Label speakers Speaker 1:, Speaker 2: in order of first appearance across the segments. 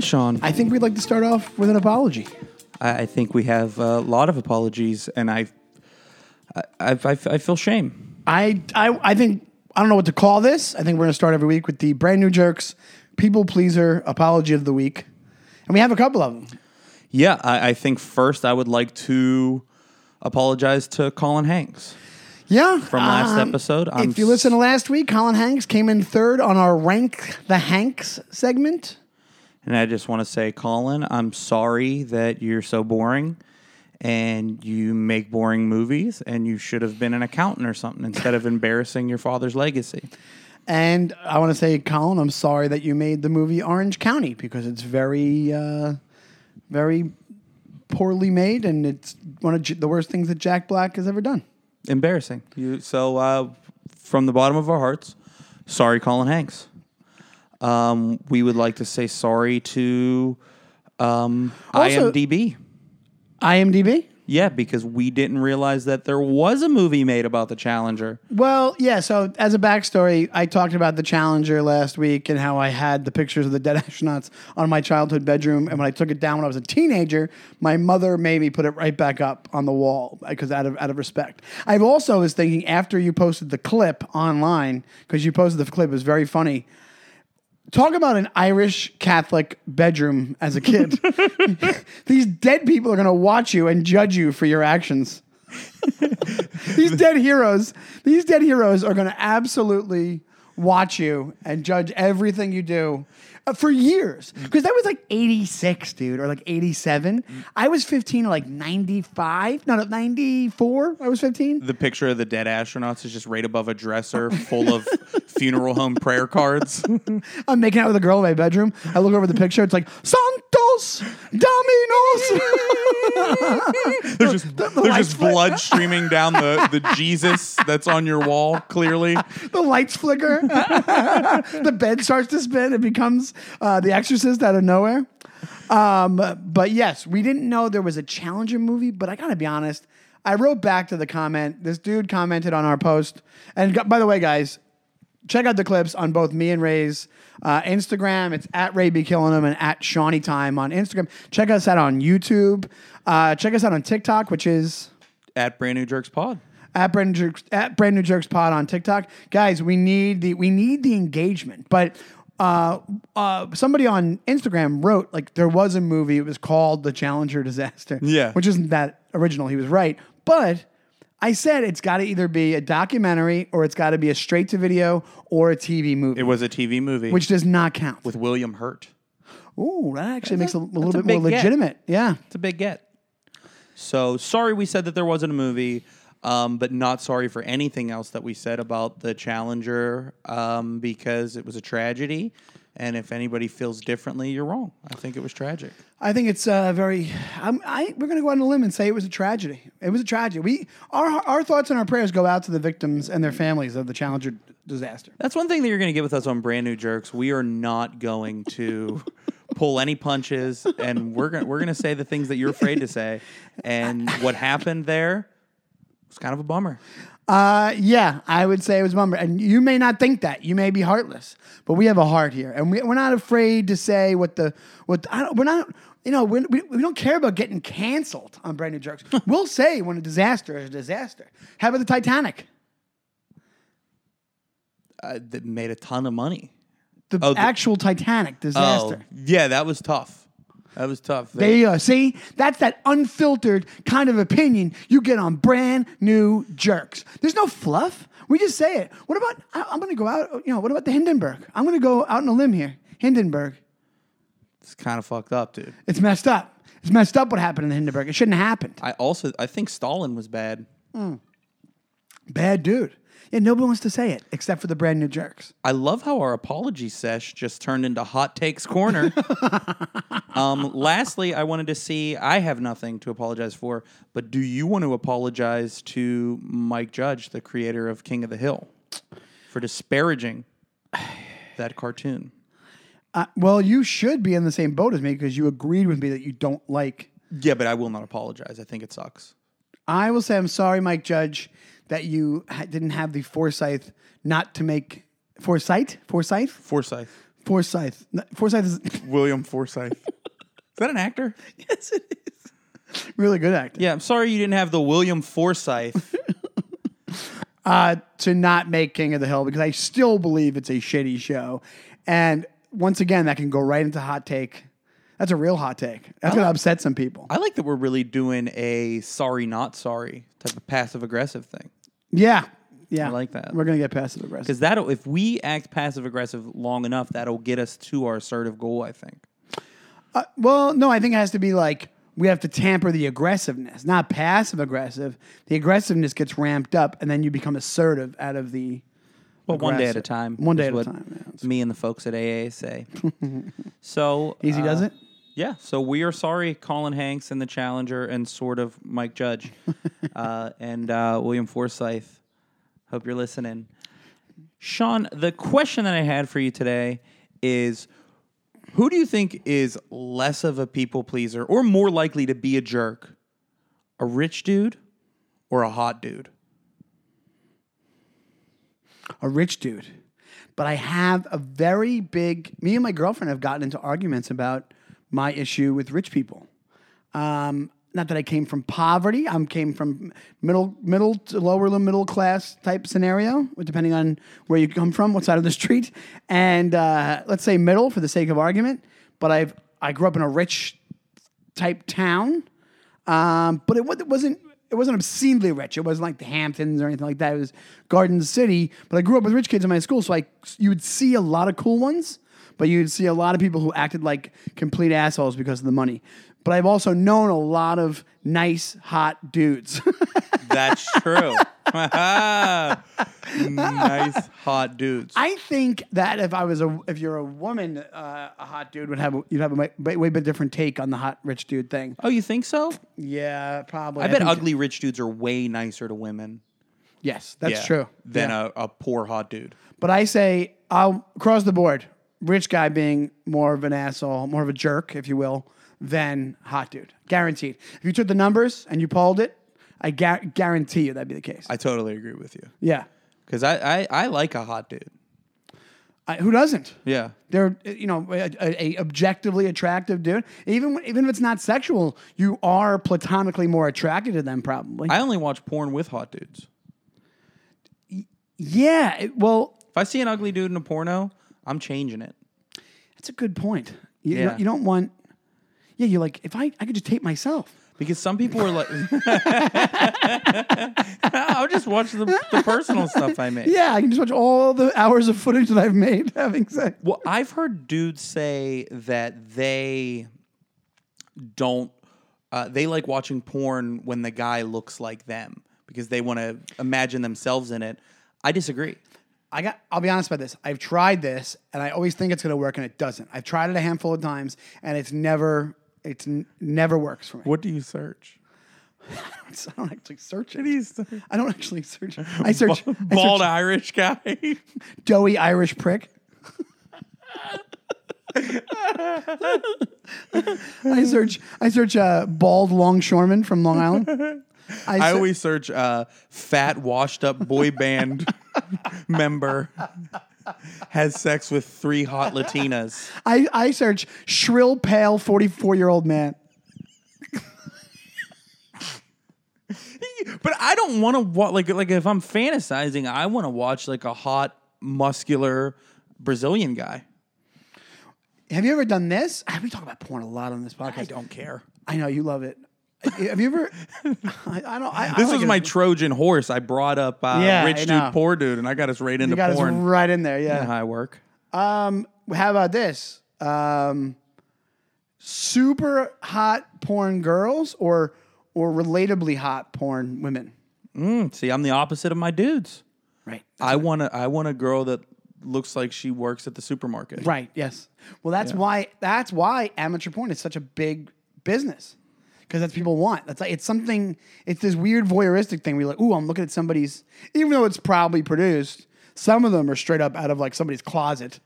Speaker 1: Sean.
Speaker 2: I think we'd like to start off with an apology.
Speaker 1: I, I think we have a lot of apologies, and I, I, I, I, I feel shame.
Speaker 2: I, I, I think I don't know what to call this. I think we're going to start every week with the brand new jerks, people pleaser apology of the week, and we have a couple of them.
Speaker 1: Yeah, I, I think first I would like to apologize to Colin Hanks.
Speaker 2: Yeah,
Speaker 1: From last episode, I'm
Speaker 2: Um, if you listen to last week, Colin Hanks came in third on our rank the Hanks segment.
Speaker 1: And I just want to say, Colin, I'm sorry that you're so boring and you make boring movies and you should have been an accountant or something instead of embarrassing your father's legacy.
Speaker 2: And I want to say, Colin, I'm sorry that you made the movie Orange County because it's very, uh, very poorly made, and it's one of J- the worst things that Jack Black has ever done.
Speaker 1: Embarrassing. You so uh, from the bottom of our hearts, sorry, Colin Hanks. Um, we would like to say sorry to um,
Speaker 2: Also-
Speaker 1: IMDb.
Speaker 2: IMDb.
Speaker 1: Yeah, because we didn't realize that there was a movie made about the Challenger.
Speaker 2: Well, yeah. So as a backstory, I talked about the Challenger last week and how I had the pictures of the dead astronauts on my childhood bedroom, and when I took it down when I was a teenager, my mother made me put it right back up on the wall because out of out of respect. I also was thinking after you posted the clip online because you posted the clip it was very funny. Talk about an Irish Catholic bedroom as a kid. These dead people are going to watch you and judge you for your actions. these dead heroes, these dead heroes are going to absolutely watch you and judge everything you do uh, for years. Because that was like 86, dude, or like 87. I was 15 or like 95, no, no, 94. I was 15.
Speaker 1: The picture of the dead astronauts is just right above a dresser full of funeral home prayer cards.
Speaker 2: I'm making out with a girl in my bedroom. I look over the picture. It's like Santos Dominos.
Speaker 1: There's just,
Speaker 2: the
Speaker 1: there's
Speaker 2: lights
Speaker 1: just
Speaker 2: flick-
Speaker 1: blood streaming down the, the Jesus that's on your wall, clearly.
Speaker 2: the lights flicker. the bed starts to spin. It becomes uh, The Exorcist out of nowhere. Um, but yes, we didn't know there was a Challenger movie. But I gotta be honest, I wrote back to the comment. This dude commented on our post. And got, by the way, guys, check out the clips on both me and Ray's uh, Instagram. It's at Ray B Killing Him and at Shawnee Time on Instagram. Check us out on YouTube. Uh, check us out on TikTok, which is
Speaker 1: At Brand New Jerks Pod.
Speaker 2: at brand new jerks, at brand new jerks pod on TikTok, guys. We need the we need the engagement. But uh, uh, somebody on Instagram wrote like there was a movie. It was called The Challenger Disaster.
Speaker 1: Yeah.
Speaker 2: which isn't that original. He was right, but. I said it's got to either be a documentary or it's got to be a straight to video or a TV movie,
Speaker 1: It was a TV movie
Speaker 2: which does not count.
Speaker 1: with William Hurt.
Speaker 2: Ooh, that actually makes
Speaker 1: That's
Speaker 2: it a
Speaker 1: a-
Speaker 2: little
Speaker 1: that's a
Speaker 2: bit more
Speaker 1: big get.
Speaker 2: legitimate. Yeah.
Speaker 1: It's a big get. So sorry we said that there wasn't a movie, um, but not sorry for anything else that we said about the Challenger um, because it was a tragedy. And if anybody feels differently, you're wrong. I think it was tragic.
Speaker 2: I think it's uh, very. I'm, I we're going to go out on a limb and say it was a tragedy. It was a tragedy. We our our thoughts and our prayers go out to the victims and their families of the Challenger disaster.
Speaker 1: That's one thing that you're going to get with us on Brand New Jerks. We are not going to pull any punches, and we're going we're going to say the things that you're afraid to say. And what happened there was kind of a bummer.
Speaker 2: Uh, yeah, I would say it was a bummer. And you may not think that. You may be heartless, but we have a heart here, and we, we're not afraid to say what the what. I don't, we're not. You know, we're, we we don't care about getting canceled on brand new jerks. we'll say when a disaster is a disaster. How about the Titanic?
Speaker 1: Uh, that made a ton of money.
Speaker 2: The
Speaker 1: Oh, the-
Speaker 2: actual Titanic disaster.
Speaker 1: Oh, yeah, that was tough. That was tough.
Speaker 2: There you go. See, that's that unfiltered kind of opinion you get on brand new jerks. There's no fluff. We just say it. What about? I, I'm going to go out. You know, what about the Hindenburg? I'm going to go out on a limb here. Hindenburg.
Speaker 1: It's kind of fucked up, dude.
Speaker 2: It's messed up. It's messed up what happened in the Hindenburg. It shouldn't have happened.
Speaker 1: I also I think Stalin was bad.
Speaker 2: Bad dude. Yeah, nobody wants to say it except for the brand new jerks.
Speaker 1: I love how our apology sesh just turned into hot takes corner. um, lastly, I wanted to see I have nothing to apologize for, but do you want to apologize to Mike Judge, the creator of King of the Hill, for disparaging that cartoon?
Speaker 2: Uh, well, you should be in the same boat as me because you agreed with me that you don't like
Speaker 1: Yeah, but I will not apologize. I think it sucks.
Speaker 2: I will say I'm sorry, Mike Judge, that you ha- didn't have the foresight not to make foresight, foresight,
Speaker 1: Forsyth.
Speaker 2: Forsyth. No, Forsyth is
Speaker 1: William Forsythe. is that an actor?
Speaker 2: yes, it is. Really good actor.
Speaker 1: Yeah, I'm sorry you didn't have the William Forsythe.
Speaker 2: Uh, to not make King of the Hill because I still believe it's a shitty show, and once again that can go right into hot take. That's a real hot take. That's gonna upset some people.
Speaker 1: I like that we're really doing a sorry not sorry type of passive aggressive thing.
Speaker 2: Yeah, yeah. I
Speaker 1: like that.
Speaker 2: We're gonna get passive aggressive.
Speaker 1: Because that'll if we act passive aggressive long enough, that'll get us to our assertive goal, I think.
Speaker 2: Uh, well, no, I think it has to be like we have to tamper the aggressiveness, not passive aggressive. The aggressiveness gets ramped up, and then you become assertive out of the.
Speaker 1: But one day at a
Speaker 2: aggressive.
Speaker 1: time.
Speaker 2: One day
Speaker 1: is
Speaker 2: at a
Speaker 1: what
Speaker 2: time, yeah, that's-
Speaker 1: Me and the folks at AA say. so
Speaker 2: Easy
Speaker 1: uh,
Speaker 2: does it.
Speaker 1: Yeah. So we are sorry, Colin Hanks and the Challenger, and sort of Mike Judge, uh, and uh, William Forsythe. Hope you're listening, Sean. The question that I had for you today is, who do you think is less of a people pleaser or more likely to be a jerk, a rich dude or a hot dude?
Speaker 2: a rich dude. But I have a very big. Me and my girlfriend have gotten into arguments about my issue with rich people. Um, not that I came from poverty. I came from middle, middle to lower middle class type scenario, depending on where you come from, what side of the street, and uh, let's say middle for the sake of argument. But I've I grew up in a rich type town, um, but it, wa- it wasn't it wasn't obscenely rich. It wasn't like the Hamptons or anything like that. It was Garden City. But I grew up with rich kids in my school, so I you would see a lot of cool ones, but you'd see a lot of people who acted like complete assholes because of the money. But I've also known a lot of nice, hot dudes.
Speaker 1: That's true. nice hot dudes.
Speaker 2: I think that if I was a if you're a woman, uh, a hot dude would have a- you'd have a way, way bit different take on the hot rich dude thing.
Speaker 1: Oh, you think so?
Speaker 2: Yeah, probably.
Speaker 1: I, bet
Speaker 2: think-
Speaker 1: ugly rich dudes are way nicer to women.
Speaker 2: Yes, that's
Speaker 1: yeah,
Speaker 2: true.
Speaker 1: Than a, a poor hot dude.
Speaker 2: But I say I'll cross the board. Rich guy being more of an asshole, more of a jerk, if you will, than hot dude. Guaranteed. If you took the numbers and you polled it, I gar- guarantee you that'd be the case.
Speaker 1: I totally agree with you
Speaker 2: yeah.
Speaker 1: because I, I I like a hot dude.
Speaker 2: I, who doesn't?
Speaker 1: Yeah,
Speaker 2: They're you know a, a, a objectively attractive dude. Even when- even if it's not sexual, you are platonically more attracted to them probably.
Speaker 1: I only watch porn with hot dudes.
Speaker 2: yeah. it- well,
Speaker 1: If I see an ugly dude in a porno, I'm changing it.
Speaker 2: that's a good point. You, you
Speaker 1: Yeah.
Speaker 2: don't, you don't want. Yeah, you're like if I I could just tape myself.
Speaker 1: Because some people are like, I'll just watch the, the personal stuff I make.
Speaker 2: Yeah, I can just watch all the hours of footage that I've made having sex.
Speaker 1: Well, I've heard dudes say that they don't, uh, they like watching porn when the guy looks like them because they want to imagine themselves in it. I disagree.
Speaker 2: I got. I'll be honest about this. I've tried this, and I always think it's going to work, and it doesn't. I've tried it a handful of times, and it's never. It's n- never works for me.
Speaker 1: What do you search?
Speaker 2: I don't actually search it.
Speaker 1: Please.
Speaker 2: I don't actually search. it. I search I
Speaker 1: Bald
Speaker 2: search
Speaker 1: Irish guy.
Speaker 2: doughy Irish prick. I search. I search uh, bald longshoreman from Long Island.
Speaker 1: I
Speaker 2: se-
Speaker 1: always search uh, fat, washed up boy band member has sex with three hot Latinas.
Speaker 2: I, I search shrill, pale, 44 year old man.
Speaker 1: But I don't want to watch like like if I'm fantasizing, I want to watch like a hot, muscular Brazilian guy.
Speaker 2: Have you ever done this? Ah, We talk about porn a lot on this podcast.
Speaker 1: I don't care.
Speaker 2: I know you love it. Have you ever? I, I don't. I, I
Speaker 1: This
Speaker 2: like
Speaker 1: is
Speaker 2: it.
Speaker 1: my Trojan horse. I brought up uh,
Speaker 2: Yeah, I
Speaker 1: rich
Speaker 2: know.
Speaker 1: dude, poor dude, and I got us right into
Speaker 2: You got us
Speaker 1: porn.
Speaker 2: right in there. Yeah.
Speaker 1: High work.
Speaker 2: Um. How about this? Um. Super hot porn girls or or relatably hot porn women.
Speaker 1: Mm, see, I'm the opposite of my dudes.
Speaker 2: Right.
Speaker 1: I want to. I want a girl that looks like she works at the supermarket.
Speaker 2: Right. Yes. Well, that's why that's why amateur porn is such a big business because that's what people want. That's like it's something. It's this weird voyeuristic thing. We're like, ooh, I'm looking at somebody's. Even though it's probably produced, some of them are straight up out of like somebody's closet.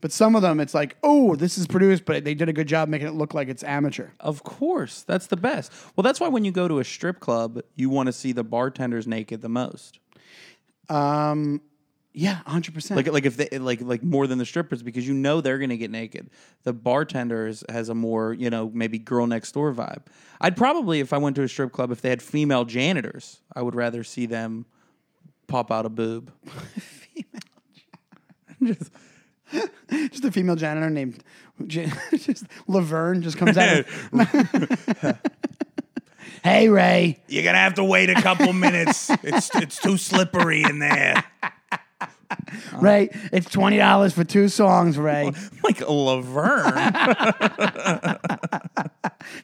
Speaker 2: But some of them, it's like, oh, this is produced, but they did a good job making it look like it's amateur.
Speaker 1: Of course, that's the best. Well, that's why when you go to a strip club, you want to see the bartenders naked the most.
Speaker 2: Yeah, hundred percent.
Speaker 1: Like like if they like like more than the strippers because you know they're gonna get naked. The bartender is, has a more you know maybe girl next door vibe. I'd probably if I went to a strip club if they had female janitors, I would rather see them pop out a boob. Just-
Speaker 2: just a female janitor named Jan- just Laverne just comes out. hey Ray,
Speaker 1: You're gonna have to wait a couple minutes. It's it's too slippery in there. Uh-huh.
Speaker 2: Ray, it's twenty dollars for two songs. Ray,
Speaker 1: Like Laverne.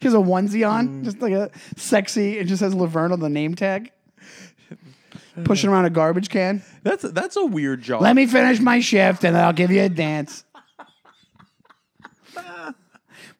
Speaker 2: she has a onesie
Speaker 1: Mm.
Speaker 2: on, just like a sexy. It just has Laverne on the name tag. Pushing around a garbage can.
Speaker 1: That's that's a weird job.
Speaker 2: Let me finish my shift and I'll give you a dance.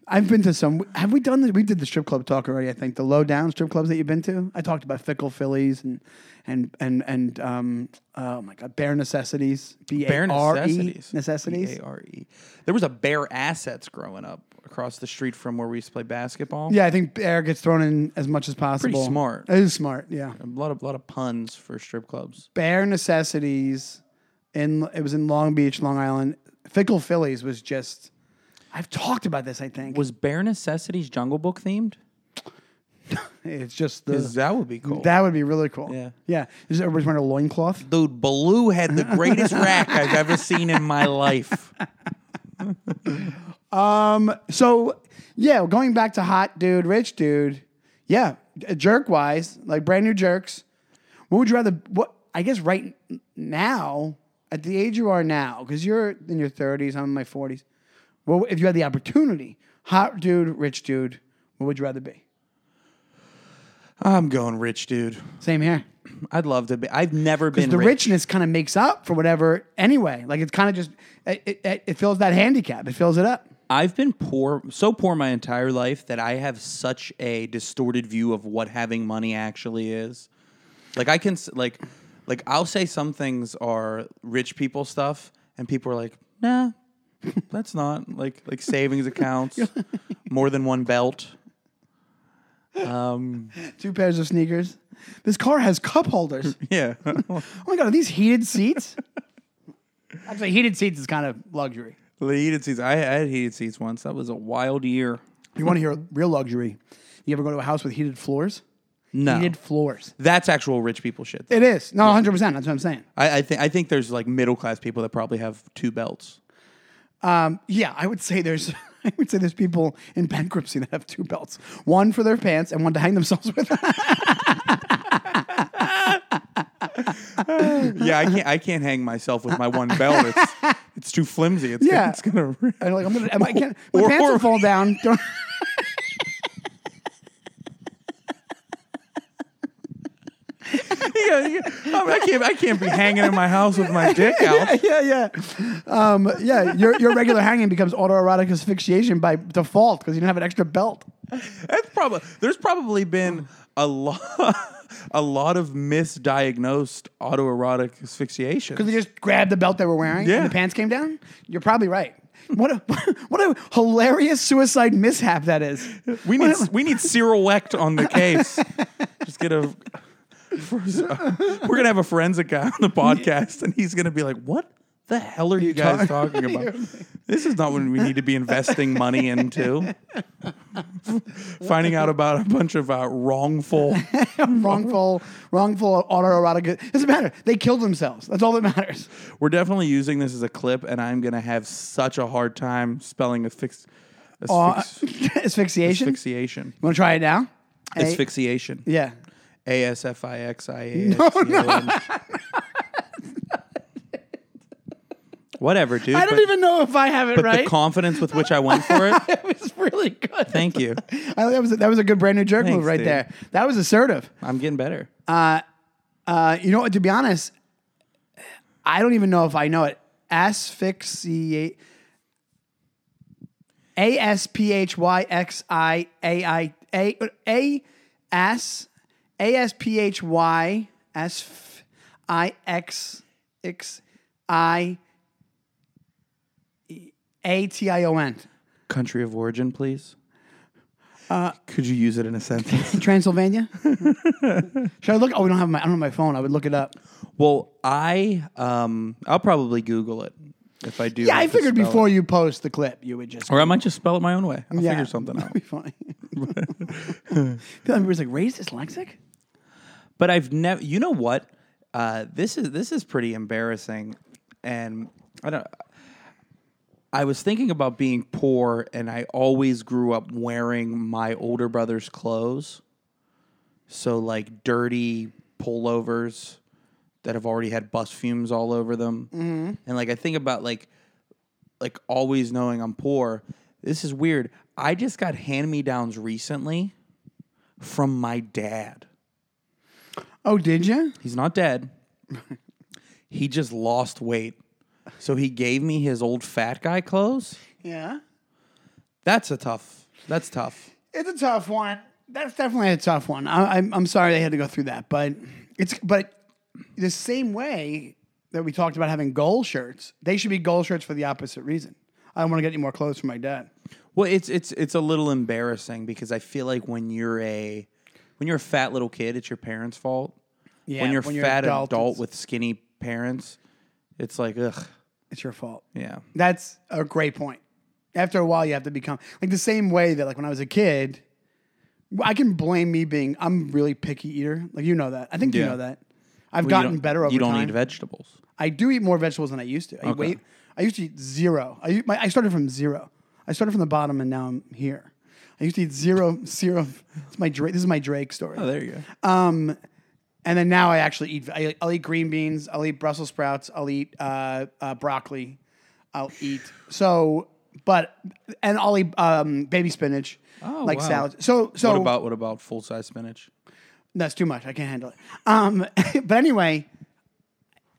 Speaker 2: I've been to some. Have we done this? We did the strip club talk already. I think the low down strip clubs that you've been to. I talked about Fickle Phillies and and and and um oh my god, Bare Necessities. B
Speaker 1: Bare
Speaker 2: A R E
Speaker 1: necessities.
Speaker 2: necessities.
Speaker 1: B-A-R-E. E. There was a Bare Assets growing up across the street from where we used to play basketball.
Speaker 2: Yeah, I think air gets thrown in as much as possible.
Speaker 1: smart.
Speaker 2: It is smart. Yeah.
Speaker 1: A lot of lot of puns for strip clubs.
Speaker 2: Bare Necessities. In it was in Long Beach, Long Island. Fickle Phillies was just. I've talked about this. I think
Speaker 1: Was Bare Necessities Jungle Book themed?
Speaker 2: it's just the.
Speaker 1: 'Cause that would be cool.
Speaker 2: That would be really cool.
Speaker 1: Yeah.
Speaker 2: Yeah. Is everybody's wearing a loincloth?
Speaker 1: Dude, Baloo had the greatest rack I've ever seen in my life.
Speaker 2: So, yeah, going back to hot dude, rich dude. Yeah. Jerk wise, like brand new jerks. What would you rather? What I guess right n- now, at the age you are now, because you're in your 30s, I'm in my 40s. Well, if you had the opportunity, hot dude, rich dude, what would you rather be?
Speaker 1: I'm going rich, dude.
Speaker 2: Same here.
Speaker 1: I'd love to be. I've never been
Speaker 2: The
Speaker 1: rich.
Speaker 2: richness kind of makes up for whatever anyway. Like it's kind of just, it, it, it fills that handicap, it fills it up.
Speaker 1: I've been poor, so poor my entire life that I have such a distorted view of what having money actually is. Like I can, s- like, like I'll say some things are rich people stuff, and people are like, "Nah, that's not like like savings accounts, more than one belt." Um,
Speaker 2: Two pairs of sneakers. This car has cup holders.
Speaker 1: yeah,
Speaker 2: Oh my god, are these heated seats? Actually, heated seats is kind of luxury.
Speaker 1: the heated seats. I, I had heated seats once. That was a wild year.
Speaker 2: You want to hear real luxury? You ever go to a house with heated floors?
Speaker 1: No,
Speaker 2: Heated floors.
Speaker 1: that's actual rich people shit.
Speaker 2: It is. No, 100%. That's what I'm saying.
Speaker 1: I, I think I think there's like middle class people that probably have two belts.
Speaker 2: Yeah, I would say there's I would say there's people in bankruptcy that have two belts. One for their pants and one to hang themselves with.
Speaker 1: Yeah, I can't. I can't hang myself with my one belt. It's, it's too flimsy. It's
Speaker 2: Yeah.
Speaker 1: gonna, it's gonna. rip.
Speaker 2: And like I'm gonna am I can't my
Speaker 1: Or-
Speaker 2: pants will
Speaker 1: or-
Speaker 2: fall down. Don't-
Speaker 1: Yeah, yeah. I, mean, I can't. I can't be hanging in my house with my dick out.
Speaker 2: yeah, yeah. Um, yeah, your, your regular hanging becomes autoerotic asphyxiation by default because you don't have an extra belt.
Speaker 1: That's probably. There's probably been a lot, a lot of misdiagnosed autoerotic asphyxiation.
Speaker 2: Because they just grabbed the belt they were wearing
Speaker 1: Yeah.
Speaker 2: and the pants came down? You're probably right. What a what a hilarious suicide mishap that is.
Speaker 1: we need we need Cyril Wecht on the case. Just get a. We're gonna have a forensic guy on the podcast, and he's gonna be like, "What the hell are you guys talking about? This is not what we need to be investing money into. Finding out about a bunch of uh, wrongful.
Speaker 2: wrongful, wrongful autoerotic. It doesn't matter. They killed themselves. That's all that matters.
Speaker 1: We're definitely using this as a clip, and I'm gonna have such a hard time spelling asphyx-
Speaker 2: Uh,
Speaker 1: asphyx-
Speaker 2: asphyxiation.
Speaker 1: asphyxiation.
Speaker 2: you want to try it now? A-
Speaker 1: Asphyxiation.
Speaker 2: yeah.
Speaker 1: A S F I X E I A. No, no. Whatever, dude.
Speaker 2: I don't
Speaker 1: but,
Speaker 2: even know if I have it
Speaker 1: but
Speaker 2: right.
Speaker 1: the confidence with which I went for it.
Speaker 2: it was really good.
Speaker 1: thank you.
Speaker 2: I, that was a, that was a good brand new jerk move
Speaker 1: Thanks,
Speaker 2: right
Speaker 1: dude.
Speaker 2: there. That was assertive.
Speaker 1: I'm getting better.
Speaker 2: Uh, you know what? To be honest, I don't even know if I know it. Asphyxiate. A S P H Y X I A I A A S A S P H Y S F I X X I A T I O N.
Speaker 1: Country of origin, please. Uh, Could you use it in a sentence?
Speaker 2: Transylvania. Should I look? Oh, we don't have my. I don't have my phone. I would look it up.
Speaker 1: well, I um, I'll probably Google it if I do.
Speaker 2: Yeah,
Speaker 1: have
Speaker 2: I
Speaker 1: to
Speaker 2: figured
Speaker 1: spell
Speaker 2: before
Speaker 1: it.
Speaker 2: you post the clip, you would just.
Speaker 1: or I might just spell it my own way. I'll
Speaker 2: yeah,
Speaker 1: figure something out.
Speaker 2: That'd be funny. Everybody's like, "Ray's dyslexic."
Speaker 1: But I've never. You know what? Uh, this is this is pretty embarrassing, and I don't. I was thinking about being poor, and I always grew up wearing my older brother's clothes. So like dirty pullovers that have already had bus fumes all over them, and like I think about like like always knowing I'm poor. This is weird. I just got hand me downs recently from my dad.
Speaker 2: Oh, did you?
Speaker 1: He's not dead. he just lost weight. So he gave me his old fat guy clothes.
Speaker 2: Yeah.
Speaker 1: That's a tough. That's tough.
Speaker 2: It's a tough one. That's definitely a tough one. I, I'm, I'm sorry they had to go through that, but it's but the same way that we talked about having goal shirts, they should be goal shirts for the opposite reason. I don't want to get any more clothes for my dad.
Speaker 1: Well, it's it's it's a little embarrassing because I feel like when you're a when you're a fat little kid, it's your parents' fault.
Speaker 2: Yeah,
Speaker 1: when you're
Speaker 2: when
Speaker 1: a
Speaker 2: you're
Speaker 1: fat
Speaker 2: adult,
Speaker 1: adult,
Speaker 2: it's-
Speaker 1: with skinny parents, it's like ugh.
Speaker 2: It's your fault.
Speaker 1: Yeah.
Speaker 2: That's a great point. After a while, you have to become like the same way that like when I was a kid, I can blame me being I'm really picky eater. Like you know that. I think you
Speaker 1: Yeah.
Speaker 2: know that. I've
Speaker 1: Well, you
Speaker 2: gotten
Speaker 1: don't-
Speaker 2: better over
Speaker 1: You don't
Speaker 2: time.
Speaker 1: eat vegetables.
Speaker 2: I do eat more vegetables than I used to. I
Speaker 1: Okay.
Speaker 2: wait. I used to eat zero. I u- my, I started from zero. I started from the bottom and now I'm here. I used to eat zero zero. It's my Drake. This is my Drake story.
Speaker 1: Oh, there you go.
Speaker 2: And then now I actually eat. I, I'll eat green beans. I'll eat Brussels sprouts. I'll eat uh, uh, broccoli. I'll eat so, but and I'll eat um, baby spinach,
Speaker 1: Oh,
Speaker 2: like
Speaker 1: wow.
Speaker 2: salad. So so
Speaker 1: what about what about full size spinach?
Speaker 2: that's too much. I can't handle it. Um, but anyway,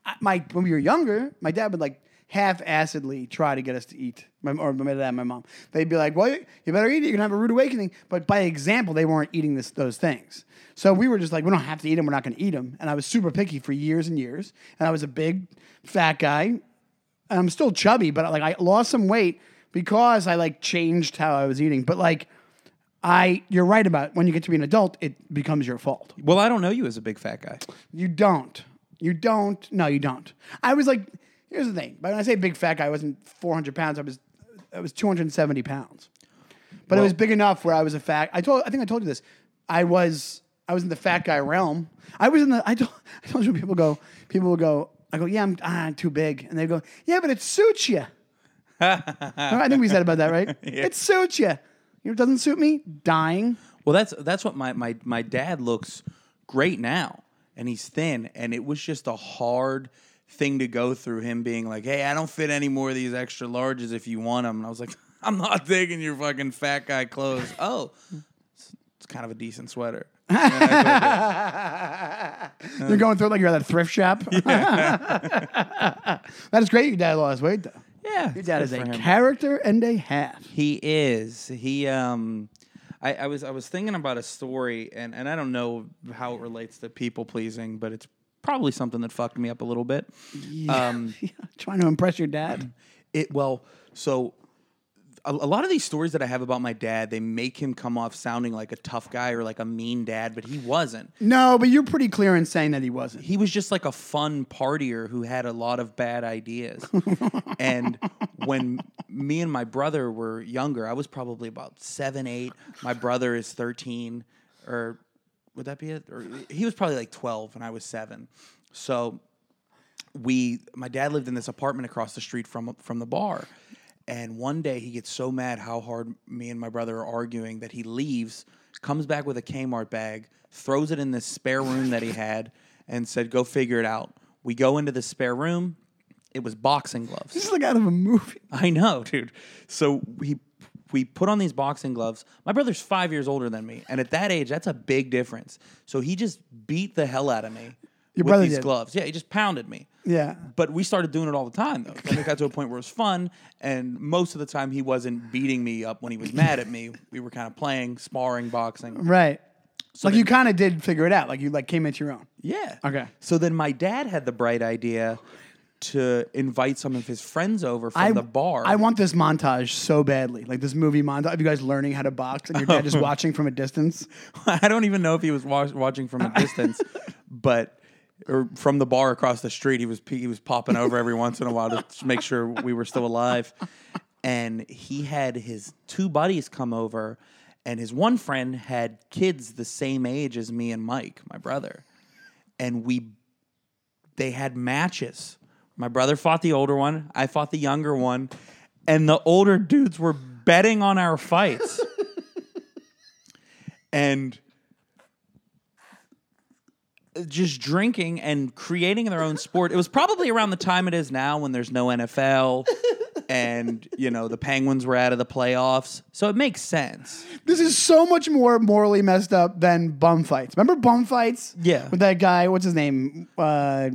Speaker 2: I- my when we were younger, my dad would like half-assedly try to get us to eat. My or my dad, and my mom, they'd be like, "Well, you you better eat it. You're gonna have a rude awakening." But by example, they weren't eating this, those things. So we were just like, "We don't have to eat them. We're not gonna eat them." And I was super picky for years and years. And I was a big, fat guy. And I'm still chubby, but like I lost some weight because I like changed how I was eating. But like. I, you're right about when you get to be an adult, it becomes your fault.
Speaker 1: Well, I don't know you as a big fat guy.
Speaker 2: You don't. You don't. No, you don't. I was like, here's the thing. But when I say big fat guy, I wasn't 400 pounds. I was, I was 270 pounds. But it was big enough where I was a fat. I told. I think I told you this. I was. I was in the fat guy realm. I was in the. I told. I told you people go. People will go. I go. Yeah, I'm, ah, I'm too big, and they go. Yeah, but it suits you. I think we said about that, right? It suits you. You know, it doesn't suit me. Dying.
Speaker 1: Well, that's that's what my my my dad looks great now, and he's thin, and it was just a hard thing to go through. Him being like, "Hey, I don't fit any more of these extra larges if you want them," and I was like, "I'm not taking your fucking fat guy clothes." oh, it's, it's kind of a decent sweater.
Speaker 2: You're going through it like you're at a thrift shop. that is great. Your dad lost weight, though.
Speaker 1: Yeah,
Speaker 2: Your dad is a character and a half.
Speaker 1: He is. He um I, I was I was thinking about a story and, and I don't know how it relates to people pleasing, but it's probably something that fucked me up a little bit. Um
Speaker 2: Yeah, trying to impress your dad.
Speaker 1: it well, so a, a lot of these stories that I have about my dad, they make him come off sounding like a tough guy or like a mean dad, but he wasn't.
Speaker 2: No, but you're pretty clear in saying that he wasn't.
Speaker 1: He was just like a fun partier who had a lot of bad ideas. and when me and my brother were younger, I was probably about seven, eight. My brother is 13, or would that be it? Or he was probably like 12 and I was seven. So we my dad lived in this apartment across the street from from the bar and one day he gets so mad how hard me and my brother are arguing that he leaves comes back with a kmart bag throws it in this spare room that he had and said go figure it out we go into the spare room it was boxing gloves
Speaker 2: This is like out of a movie.
Speaker 1: I know, dude. So he we put on these boxing gloves. My brother's five years older than me, and at that age, that's a big difference. So he just beat the hell out of me with
Speaker 2: brother
Speaker 1: these
Speaker 2: did.
Speaker 1: gloves. Yeah, he just pounded me.
Speaker 2: Yeah.
Speaker 1: But we started doing it all the time though. And it got to a point where it was fun. And most of the time he wasn't beating me up when he was mad at me. We were kind of playing, sparring, boxing.
Speaker 2: Right. like
Speaker 1: then-
Speaker 2: you kind of did figure it out. Like you like came into your own.
Speaker 1: Yeah.
Speaker 2: Okay.
Speaker 1: So then my dad had the bright idea to invite some of his friends over from the bar.
Speaker 2: I want this montage so badly, like this movie montage of you guys learning how to box and your dad just watching from a distance.
Speaker 1: I don't even know if he was wa- watching from a distance, but or from the bar across the street, he was pe- he was popping over every once in a while to s- make sure we were still alive. And he had his two buddies come over, and his one friend had kids the same age as me and Mike, my brother, and we they had matches. My brother fought the older one, I fought the younger one, and the older dudes were betting on our fights. and just drinking and creating their own sport. It was probably around the time it is now when there's no NFL and, you know, the Penguins were out of the playoffs. So it makes sense.
Speaker 2: This is so much more morally messed up than bum fights. Remember bum fights?
Speaker 1: Yeah.
Speaker 2: With that guy, what's his name? Uh, uh,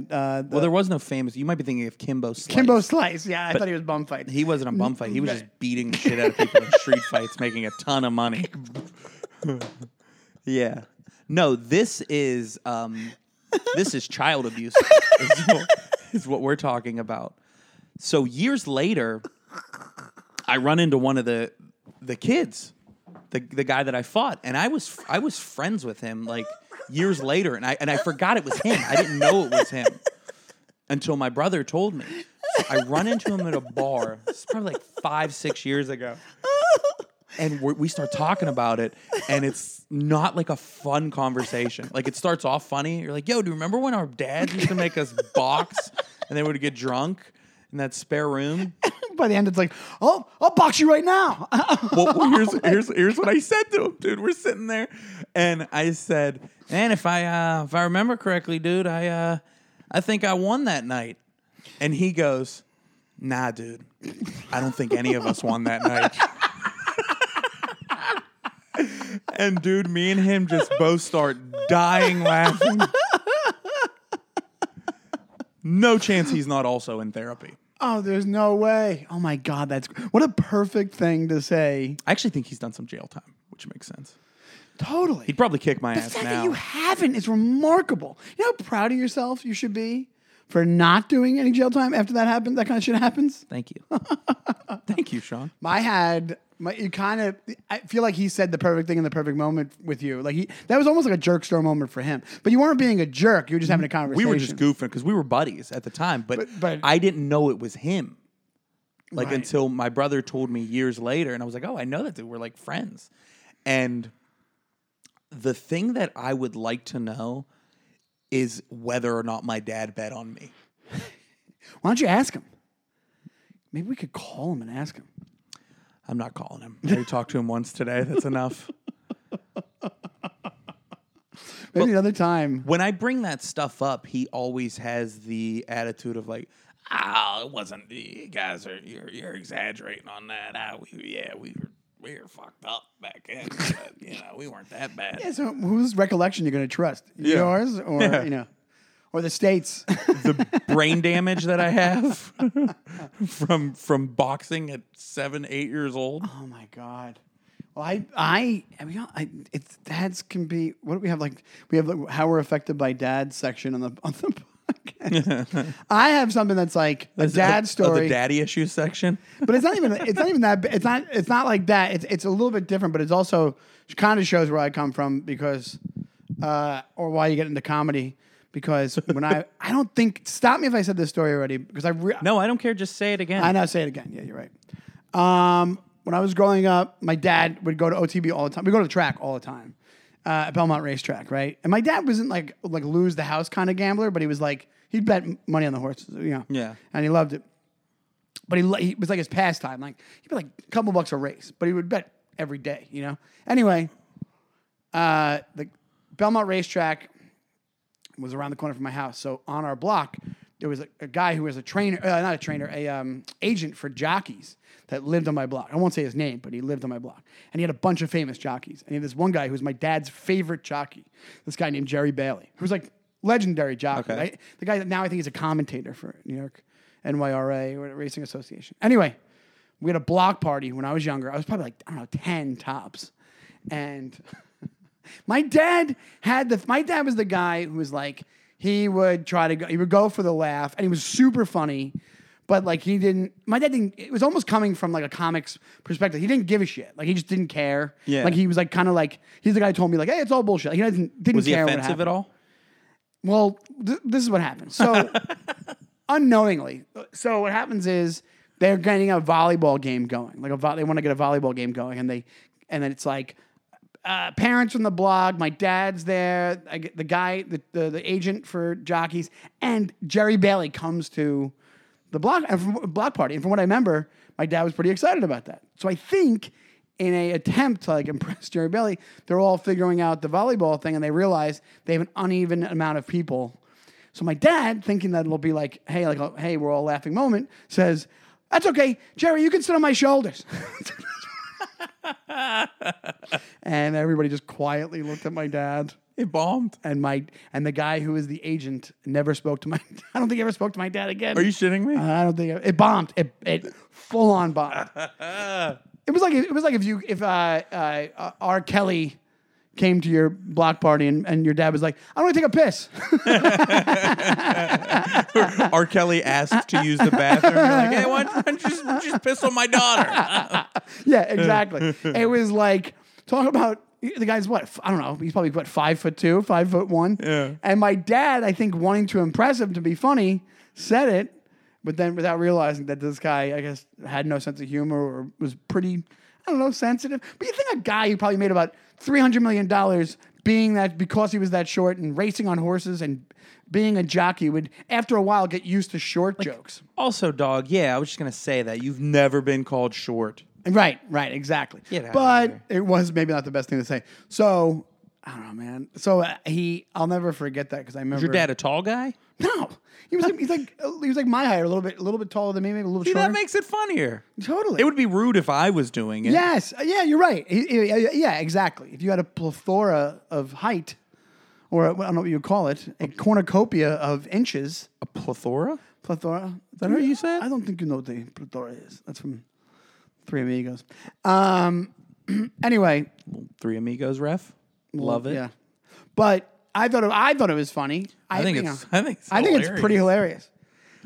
Speaker 1: Well, there was no famous. You might be thinking of Kimbo Slice.
Speaker 2: Kimbo Slice. Yeah, I thought he was bum fight.
Speaker 1: He wasn't a bum fight. He was just beating the shit out of people in street fights, making a ton of money. yeah. No, this is um, this is child abuse. is, what, is what we're talking about. So years later, I run into one of the the kids, the the guy that I fought, and I was I was friends with him like years later, and I and I forgot it was him. I didn't know it was him until my brother told me. So I run into him at a bar. It's probably like five, six years ago. And we we start talking about it, and it's not like a fun conversation. Like it starts off funny. You're like, "Yo, do you remember when our dads used to make us box, and they would get drunk in that spare room?"
Speaker 2: By the end, it's like, oh, I'll box you right now.
Speaker 1: well, well, here's
Speaker 2: Oh
Speaker 1: here's here's what I said to him, dude. We're sitting there, and I said, "Man, if I uh, if I remember correctly, dude, I uh, I think I won that night." And he goes, "Nah, dude, I don't think any of us won that night." and dude, me and him just both start dying laughing. No chance he's not also in therapy.
Speaker 2: oh, there's no way. Oh my God, that's what a perfect thing to say.
Speaker 1: I actually think he's done some jail time, which makes sense.
Speaker 2: Totally.
Speaker 1: He'd probably kick my
Speaker 2: The
Speaker 1: ass
Speaker 2: fact
Speaker 1: now.
Speaker 2: that you haven't is remarkable. You know how proud of yourself you should be for not doing any jail time after that happens. That kind of shit happens.
Speaker 1: Thank you. Thank you, Sean.
Speaker 2: My had my you kind of I feel like he said the perfect thing in the perfect moment with you. Like he that was almost like a jerk store moment for him. But you weren't being a jerk. You were just having a
Speaker 1: We
Speaker 2: conversation.
Speaker 1: were just goofing because we were buddies at the time, but,
Speaker 2: But- but-
Speaker 1: I didn't know it was him. Like
Speaker 2: Right.
Speaker 1: until my brother told me years later, and I was like, oh, I know that dude. We're like friends. And the thing that I would like to know is whether or not my dad bet on me.
Speaker 2: Why don't you ask him? Maybe we could call him and ask him.
Speaker 1: I'm not calling him. I already talked to him once today. That's enough.
Speaker 2: Maybe another time.
Speaker 1: When I bring that stuff up, he always has the attitude of like, "Ah, it wasn't. You guys are you're, you're exaggerating on that. Ah, we, yeah, we were we were fucked up back then, but you know we weren't that bad."
Speaker 2: Yeah, so whose recollection you're gonna trust?
Speaker 1: Yeah.
Speaker 2: Yours or you know or the states.
Speaker 1: The brain damage that I have from from boxing at seven, eight years old.
Speaker 2: Oh my god. Well, I, I, I mean, I, it's dads can be. What do we have? Like we have like, how we're affected by dads section on the on the podcast. I have something that's like a dad
Speaker 1: Oh,
Speaker 2: story,
Speaker 1: the daddy issues section.
Speaker 2: but it's not even. It's not even that. It's not. It's not like that. It's it's a little bit different, but it's also kind of shows where I come from because, uh, or why you get into comedy because when I I don't think stop me if I said this story already because I re-
Speaker 1: No, I don't care. Just say it again.
Speaker 2: I know. Say it again. Yeah, you're right. Um, when I was growing up, my dad would go to OTB all the time. We go to the track all the time uh, at Belmont Racetrack, right? And my dad wasn't like like lose the house kind of gambler, but he was like he'd bet m- money on the horses, you know.
Speaker 1: Yeah.
Speaker 2: And he loved it, but he, lo- he it was like his pastime. Like he'd bet like a couple bucks a race, but he would bet every day, you know. Anyway, uh, the Belmont Racetrack was around the corner from my house. So on our block, there was a, a guy who was a trainer, uh, not a trainer, a um, agent for jockeys that lived on my block. I won't say his name, but he lived on my block, and he had a bunch of famous jockeys. And he had this one guy who was my dad's favorite jockey, this guy named Jerry Bailey, who was like legendary jockey,
Speaker 1: Okay.
Speaker 2: right? The guy that now I think he's a commentator for New York NYRA or Racing Association. Anyway, we had a block party when I was younger. I was probably like I don't know ten tops, and. My dad had the. My dad was the guy who was like, He would try to go, he would go for the laugh, and he was super funny. But like he didn't, my dad didn't. It was almost coming from like a comics perspective. He didn't give a shit. Like he just didn't care.
Speaker 1: Yeah.
Speaker 2: Like he was like kind of like he's the guy who told me like, hey, it's all bullshit. Like, he doesn't didn't
Speaker 1: Was he
Speaker 2: care what
Speaker 1: offensive
Speaker 2: happened.
Speaker 1: at all?
Speaker 2: Well, th- this is what happens. So, unknowingly, so what happens is they're getting a volleyball game going. Like a vo- they want to get a volleyball game going, and they and then it's like uh, parents from the blog. My dad's there. I get the guy, the, the the agent for jockeys, and Jerry Bailey comes to the blog and from, blog party. And from what I remember, my dad was pretty excited about that. So I think. In a attempt to like impress Jerry Bailey, they're all figuring out the volleyball thing, and they realize they have an uneven amount of people so my dad, thinking that it'll be like, hey, like, a, hey, we're all laughing moment, says, "That's okay, Jerry. You can sit on my shoulders." and everybody just quietly looked at my dad
Speaker 1: It bombed.
Speaker 2: and my and the guy who is the agent never spoke to my. I don't think he ever spoke to my dad again. Uh,
Speaker 1: Are you shitting me?
Speaker 2: I don't think it bombed. It it full on bombed. it was like it was like if you if uh, uh, R. Kelly came to your block party and, and your dad was like, "I want to take a piss." Uh,
Speaker 1: R. Kelly asked to use the bathroom. You're like, hey, why don't you just, just piss on my daughter?
Speaker 2: Yeah, exactly. it was like talk about the guy's what f- I don't know. He's probably what five foot two, five foot one.
Speaker 1: Yeah.
Speaker 2: And my dad, I think, wanting to impress him to be funny, said it, but then without realizing that this guy, I guess, had no sense of humor or was pretty, I don't know, sensitive. But you think a guy who probably made about three hundred million dollars being that because he was that short and racing on horses and being a jockey would after a while get used to short jokes.
Speaker 1: Also, dog, yeah, I was just going to say that. You've never been called short.
Speaker 2: Right, right, exactly.
Speaker 1: Get out of
Speaker 2: but
Speaker 1: here.
Speaker 2: it was maybe not the best thing to say. So I don't know, man. So uh, he, I'll never forget that because I remember
Speaker 1: Your dad a tall guy?
Speaker 2: No, he was like, he's like uh, he was like my height, a little bit, a little bit taller than me, maybe a little
Speaker 1: See,
Speaker 2: shorter.
Speaker 1: that makes it funnier.
Speaker 2: totally.
Speaker 1: It would be rude if I was doing it.
Speaker 2: yes, Uh, yeah, you're right. He- he- yeah, yeah, exactly. If you had a plethora of height, or I don't know what you would call it, a cornucopia of inches,
Speaker 1: A plethora?
Speaker 2: plethora. Is
Speaker 1: that what you said?
Speaker 2: I don't think you know what the plethora is. That's from Three Amigos. Um. anyway,
Speaker 1: Three amigos ref. Love it.
Speaker 2: Yeah, but I thought it, I thought it was funny.
Speaker 1: I think
Speaker 2: you
Speaker 1: it's
Speaker 2: know,
Speaker 1: I think it's
Speaker 2: I think it's
Speaker 1: hilarious.
Speaker 2: pretty hilarious.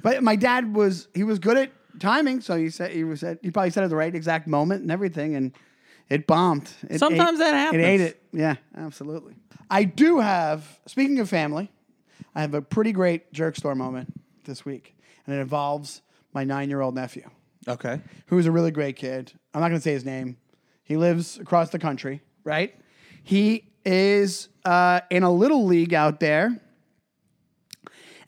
Speaker 2: But my dad was he was good at timing, so he said he was at, he probably said it at the right exact moment and everything, and it bombed. It
Speaker 1: Sometimes
Speaker 2: ate-
Speaker 1: that happens.
Speaker 2: It ate it. Yeah, absolutely. I do have. Speaking of family, I have a pretty great jerk store moment this week, and it involves my nine-year-old nephew
Speaker 1: Okay.
Speaker 2: who is a really great kid. I'm not going to say his name. He lives across the country, right? He is uh, in a little league out there,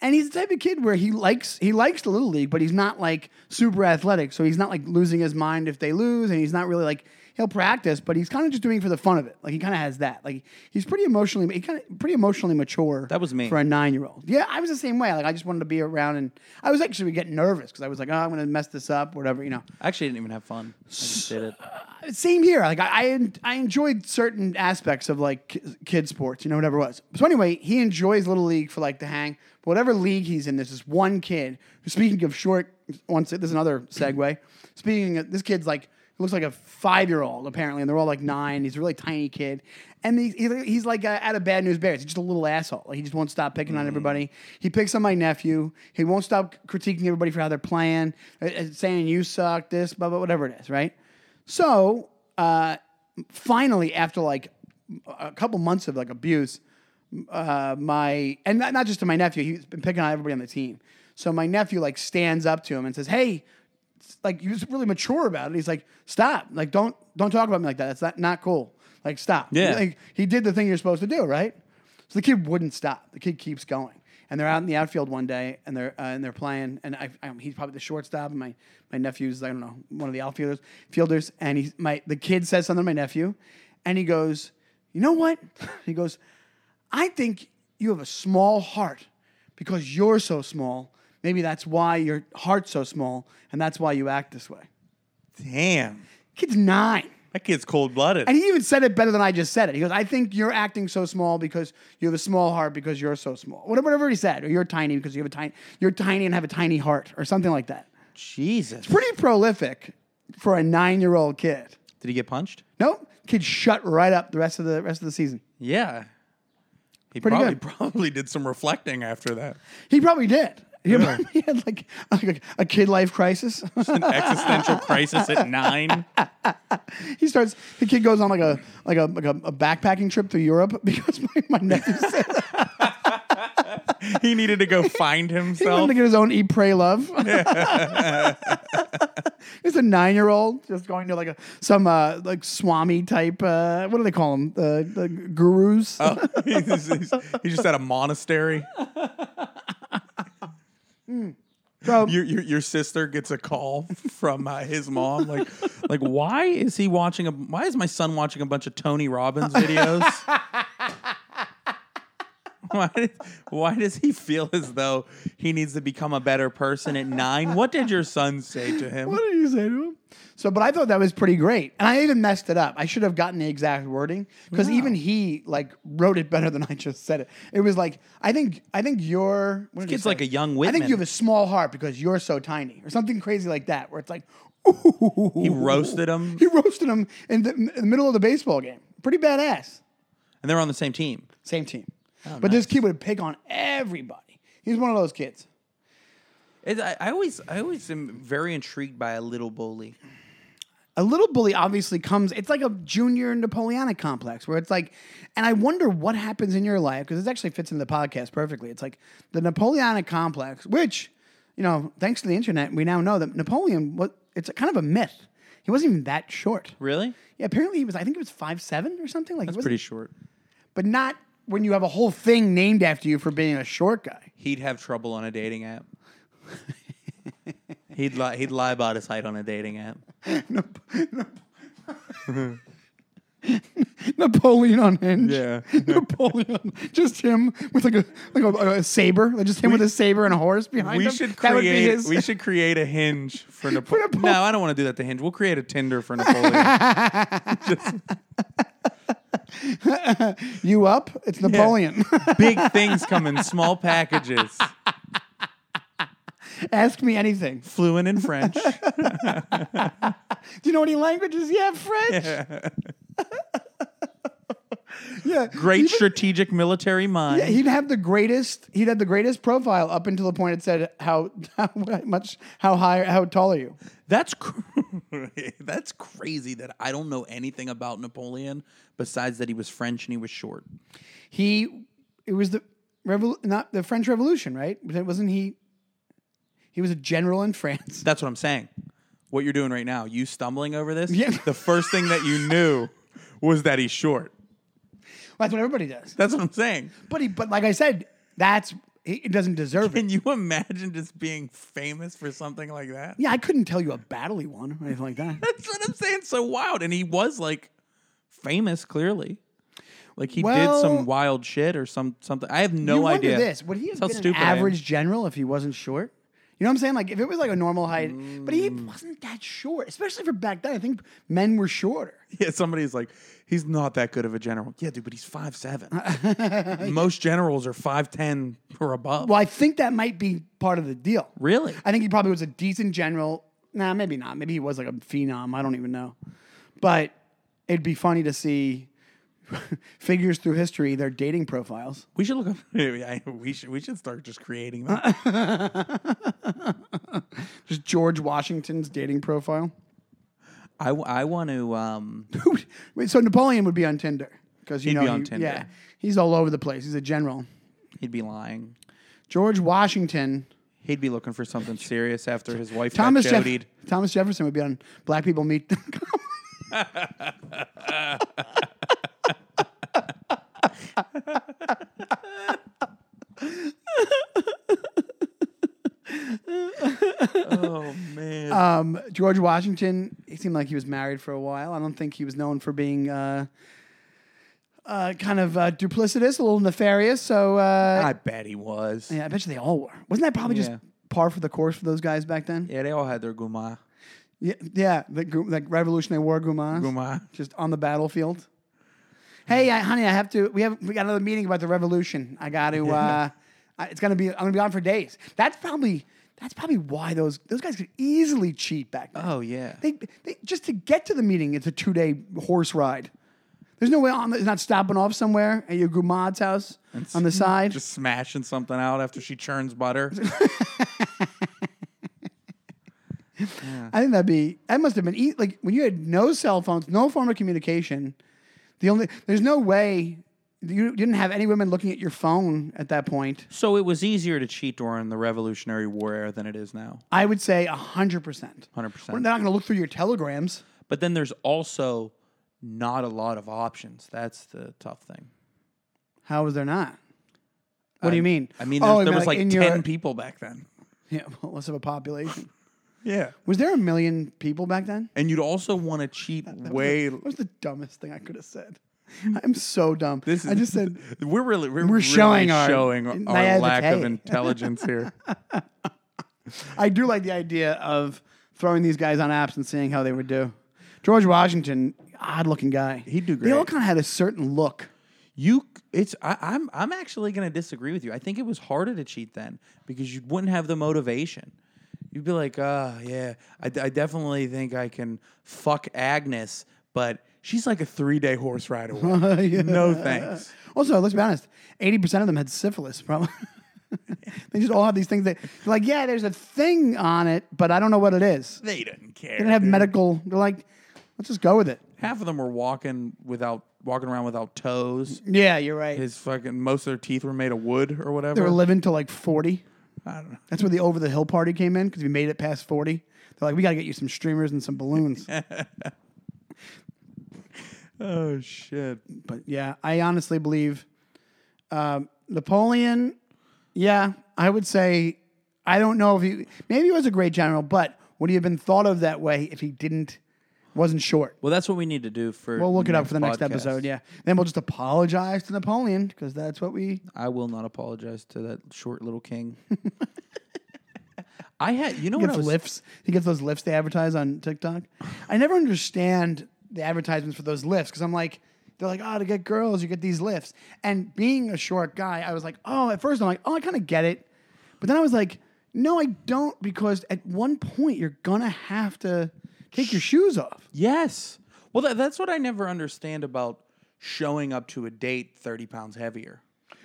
Speaker 2: and he's the type of kid where he likes he likes the little league, but he's not like super athletic, so he's not like losing his mind if they lose, and he's not really like he'll practice, but he's kind of just doing it for the fun of it. Like he kind of has that. Like he's pretty emotionally he kind of pretty emotionally mature.
Speaker 1: That was me.
Speaker 2: for a nine year old. Yeah, I was the same way. Like I just wanted to be around, and I was actually getting nervous because I was like, oh, I'm going to mess this up, whatever, you know
Speaker 1: I actually didn't even have fun. I just did it.
Speaker 2: same here. Like I, I, en- I enjoyed certain aspects of like ki- kid sports, you know, whatever it was. So anyway, he enjoys little league for like the hang. But whatever league he's in, there's this one kid. who, Speaking of short, once there's another segue. Speaking of this kid's like looks like a five year old apparently, and they're all like nine. He's a really tiny kid, and he, he- he's like uh, out of bad news bears. He's just a little asshole. Like, he just won't stop picking on everybody. He picks on my nephew. He won't stop critiquing everybody for how they're playing, uh, uh, saying you suck, this, blah blah, whatever it is, right? So uh, finally, after like a couple months of like abuse, uh, my and not, not just to my nephew, he's been picking on everybody on the team. So my nephew like stands up to him and says, "Hey." Like he was really mature about it. He's like, "Stop! Like don't don't talk about me like that. That's not not cool. Like stop."
Speaker 1: Yeah.
Speaker 2: Like, he did the thing you're supposed to do, right? So the kid wouldn't stop. The kid keeps going, and they're out in the outfield one day, and they're uh, and they're playing, and I, I, he's probably the shortstop, and my my nephew's I don't know one of the outfielders, fielders, and he's my the kid says something to my nephew, and he goes, you know what? he goes, I think you have a small heart because you're so small. Maybe that's why your heart's so small, and that's why you act this way.
Speaker 1: Damn.
Speaker 2: Kid's nine.
Speaker 1: That kid's cold blooded.
Speaker 2: And he even said it better than I just said it. He goes, I think you're acting so small because you have a small heart because you're so small. Whatever, whatever he said, or you're tiny because you have a tiny, you're tiny and have a tiny heart, or something like that.
Speaker 1: Jesus.
Speaker 2: Pretty prolific for a nine-year-old kid.
Speaker 1: Did he get punched?
Speaker 2: Nope, kid shut right up the rest of the rest of the season.
Speaker 1: Yeah. He
Speaker 2: Pretty
Speaker 1: probably
Speaker 2: good.
Speaker 1: probably did some reflecting after that.
Speaker 2: He probably did. He
Speaker 1: Really?
Speaker 2: probably had like, like a kid life crisis.
Speaker 1: An existential crisis at nine.
Speaker 2: he starts. The kid goes on like a like a like a, a backpacking trip through Europe because my, my nephew said
Speaker 1: He needed to go find
Speaker 2: he wanted
Speaker 1: himself.
Speaker 2: to get his own eat pray love. He's a nine year old just going to like a some uh, like swami type. Uh, what do they call them? Uh, the gurus.
Speaker 1: Oh. he's, he's, he's just at a monastery.
Speaker 2: So-
Speaker 1: your, your your sister gets a call from uh, his mom, like like why is he watching a why is my son watching a bunch of Tony Robbins videos? why why does he feel as though he needs to become a better person at nine? What did your son say to him?
Speaker 2: What did you say to him? So, but I thought that was pretty great, and I even messed it up. I should have gotten the exact wording because even he like wrote it better than I just said it. It was like I think I think you're what did he
Speaker 1: Kid's
Speaker 2: say?
Speaker 1: like a young
Speaker 2: I think
Speaker 1: Whitman.
Speaker 2: you have a small heart because you're so tiny, or something crazy like that, where it's like
Speaker 1: He roasted him,
Speaker 2: he roasted him in the, in the middle of the baseball game. Pretty badass.
Speaker 1: and they're on the same team.
Speaker 2: Same team,
Speaker 1: Oh,
Speaker 2: but this kid would pick on everybody. He's one of those kids.
Speaker 1: It, I, I always I always am very intrigued by a little bully.
Speaker 2: a little bully obviously comes it's like a junior napoleonic complex where it's like and i wonder what happens in your life because this actually fits into the podcast perfectly it's like the napoleonic complex which you know thanks to the internet we now know that napoleon what it's kind of a myth he wasn't even that short
Speaker 1: Really?
Speaker 2: yeah apparently he was i think he was five seven or something like he wasn't-
Speaker 1: Pretty short.
Speaker 2: but not when you have a whole thing named after you for being a short guy
Speaker 1: He'd have trouble on a dating app. he'd lie. He'd lie about his height on a dating app.
Speaker 2: Nap- Napoleon on hinge.
Speaker 1: Yeah.
Speaker 2: Napoleon, just him with like a like a, a saber, like just him with a saber and a horse behind
Speaker 1: We
Speaker 2: him.
Speaker 1: should
Speaker 2: that would be
Speaker 1: create.
Speaker 2: his.
Speaker 1: We should create a hinge for Napoleon.
Speaker 2: Napo-
Speaker 1: no, I don't want to do that to hinge. We'll create a Tinder for Napoleon.
Speaker 2: you up? It's Napoleon.
Speaker 1: Big things come in small packages.
Speaker 2: Ask me anything.
Speaker 1: Fluent in French.
Speaker 2: Do you know any languages? Yeah, French. yeah.
Speaker 1: Great strategic military mind.
Speaker 2: Yeah, he'd have the greatest. He'd have the greatest profile up until the point it said how, how much how high how tall are you?
Speaker 1: That's cr- that's crazy that I don't know anything about Napoleon besides that he was French and he was short.
Speaker 2: he it was the revol- not the French Revolution, right? But it wasn't he he was a general in France.
Speaker 1: That's what I'm saying. What you're doing right now, you stumbling over this.
Speaker 2: Yeah.
Speaker 1: The first thing that you knew was that he's short.
Speaker 2: That's what everybody does.
Speaker 1: That's what I'm saying.
Speaker 2: But he but like I said, that's he he doesn't deserve it.
Speaker 1: Can you imagine just being famous for something like that?
Speaker 2: Yeah, I couldn't tell you a battle he won or anything like that.
Speaker 1: That's what I'm saying. So wild, and he was like famous clearly. Like he did
Speaker 2: Well-
Speaker 1: some wild shit or some something. I have no
Speaker 2: you wonder
Speaker 1: idea.
Speaker 2: this. Would he have
Speaker 1: That's
Speaker 2: been
Speaker 1: how
Speaker 2: an
Speaker 1: stupid I am.
Speaker 2: average general if he wasn't short? You know what I'm saying? Like if it was like a normal height, but he
Speaker 1: Mm.
Speaker 2: wasn't that short, especially for back then. I think men were shorter.
Speaker 1: Yeah, somebody's like, he's not that good of a general. Yeah, dude, but he's five seven. Most generals are five ten or above.
Speaker 2: Well, I think that might be part of the deal.
Speaker 1: Really?
Speaker 2: I think he probably was a decent general. Nah, maybe not. Maybe he was like a phenom. I don't even know. But it'd be funny to see figures through history, their dating profiles.
Speaker 1: We should look up. I- we should we should start just creating them.
Speaker 2: Just George Washington's dating profile.
Speaker 1: I, w- I want to. Um,
Speaker 2: Wait, so Napoleon would be on Tinder because you
Speaker 1: He'd
Speaker 2: know,
Speaker 1: be on
Speaker 2: he-
Speaker 1: Tinder.
Speaker 2: yeah, he's all over the place. He's a general.
Speaker 1: he'd be lying.
Speaker 2: George Washington,
Speaker 1: He'd be looking for something serious after his wife
Speaker 2: Thomas
Speaker 1: got
Speaker 2: Jeff-
Speaker 1: jodied.
Speaker 2: Thomas Jefferson would be on Black People Meet.
Speaker 1: oh man.
Speaker 2: Um, George Washington, he seemed like he was married for a while. I don't think he was known for being uh, uh, kind of uh, duplicitous, a little nefarious. So uh,
Speaker 1: I bet he was. Yeah.
Speaker 2: yeah, I bet you they all were. Wasn't that probably
Speaker 1: Ah. Yeah.
Speaker 2: just par for the course for those guys back then?
Speaker 1: they all had their guma.
Speaker 2: Yeah, yeah, the gu- like Revolutionary War gumas,
Speaker 1: Guma.
Speaker 2: just on the battlefield. Hey, I, honey, I have to. We have we got another meeting about the revolution. I got to. Uh, I, it's gonna be. I'm gonna be on for days. That's probably. That's probably why those those guys could easily cheat back then.
Speaker 1: Oh yeah.
Speaker 2: They, they just to get to the meeting, it's a two day horse ride. There's no way on the, it's not stopping off somewhere at your grandma's house on the side.
Speaker 1: Just smashing something out after she churns butter.
Speaker 2: I think that'd be that must have been ea- like when you had no cell phones, no form of communication. The only there's no way you didn't have any women looking at your phone at that point.
Speaker 1: so it was easier to cheat during the Revolutionary War era than it is now.
Speaker 2: I would say hundred percent.
Speaker 1: 100%.
Speaker 2: They're not going to look through your telegrams.
Speaker 1: But then there's also not a lot of options. That's the tough thing.
Speaker 2: How was there not? What do you mean?
Speaker 1: I mean,
Speaker 2: Oh,
Speaker 1: there, there was like
Speaker 2: in
Speaker 1: 10
Speaker 2: your-
Speaker 1: people back then.
Speaker 2: Yeah, well, less of a population.
Speaker 1: Yeah.
Speaker 2: Was there a million people back then?
Speaker 1: And you'd also want to cheat way.
Speaker 2: That was the dumbest thing I could have said. I'm so dumb.
Speaker 1: This is,
Speaker 2: I just said
Speaker 1: we're really we're,
Speaker 2: We're
Speaker 1: really
Speaker 2: showing
Speaker 1: showing
Speaker 2: our
Speaker 1: our, lack of
Speaker 2: naivete.
Speaker 1: intelligence here.
Speaker 2: I do like the idea of throwing these guys on apps and seeing how they would do. George Washington, odd looking guy.
Speaker 1: He'd do
Speaker 2: They all
Speaker 1: great.
Speaker 2: kind of had a certain look.
Speaker 1: You, it's I, I'm I'm actually going to disagree with you. I think it was harder to cheat then because you wouldn't have the motivation. You'd be like, ah, yeah, I, I definitely think I can fuck Agnes, but she's like a three day horse ride away. No thanks.
Speaker 2: Also, let's be honest, 80% of them had syphilis, probably. they just all have these things that, like, yeah, there's a thing on it, but I don't know what it is. They
Speaker 1: They didn't care.
Speaker 2: didn't have
Speaker 1: dude.
Speaker 2: medical, they're like, let's just go with it.
Speaker 1: Half of them were walking without walking around without toes.
Speaker 2: Yeah, you're right.
Speaker 1: His fucking most of their teeth were made of wood or whatever.
Speaker 2: they were living till like 40.
Speaker 1: I don't know.
Speaker 2: That's where the over the hill party came in because we made it past 40. They're like, we got to get you some streamers and some balloons.
Speaker 1: Oh shit.
Speaker 2: but yeah, I honestly believe um, Napoleon. Yeah, I would say I don't know if he maybe he was a great general, but would he have been thought of that way if he didn't wasn't short?
Speaker 1: Well, that's what we need to do for.
Speaker 2: We'll look it up for the next episode. Yeah, then we'll just apologize to Napoleon because that's what we.
Speaker 1: I will not apologize to that short little king. I had, you know,
Speaker 2: He
Speaker 1: when I
Speaker 2: gets
Speaker 1: was
Speaker 2: lifts. He gets those lifts they advertise on TikTok. I never understand the advertisements for those lifts because I'm like, they're like, oh, to get girls, you get these lifts. And being a short guy, I was like, oh, at first I'm like, oh, I kind of get it. But then I was like, no, I don't, because at one point you're gonna have to take your shoes off.
Speaker 1: yes. Well, that, that's what I never understand about showing up to a date thirty pounds heavier.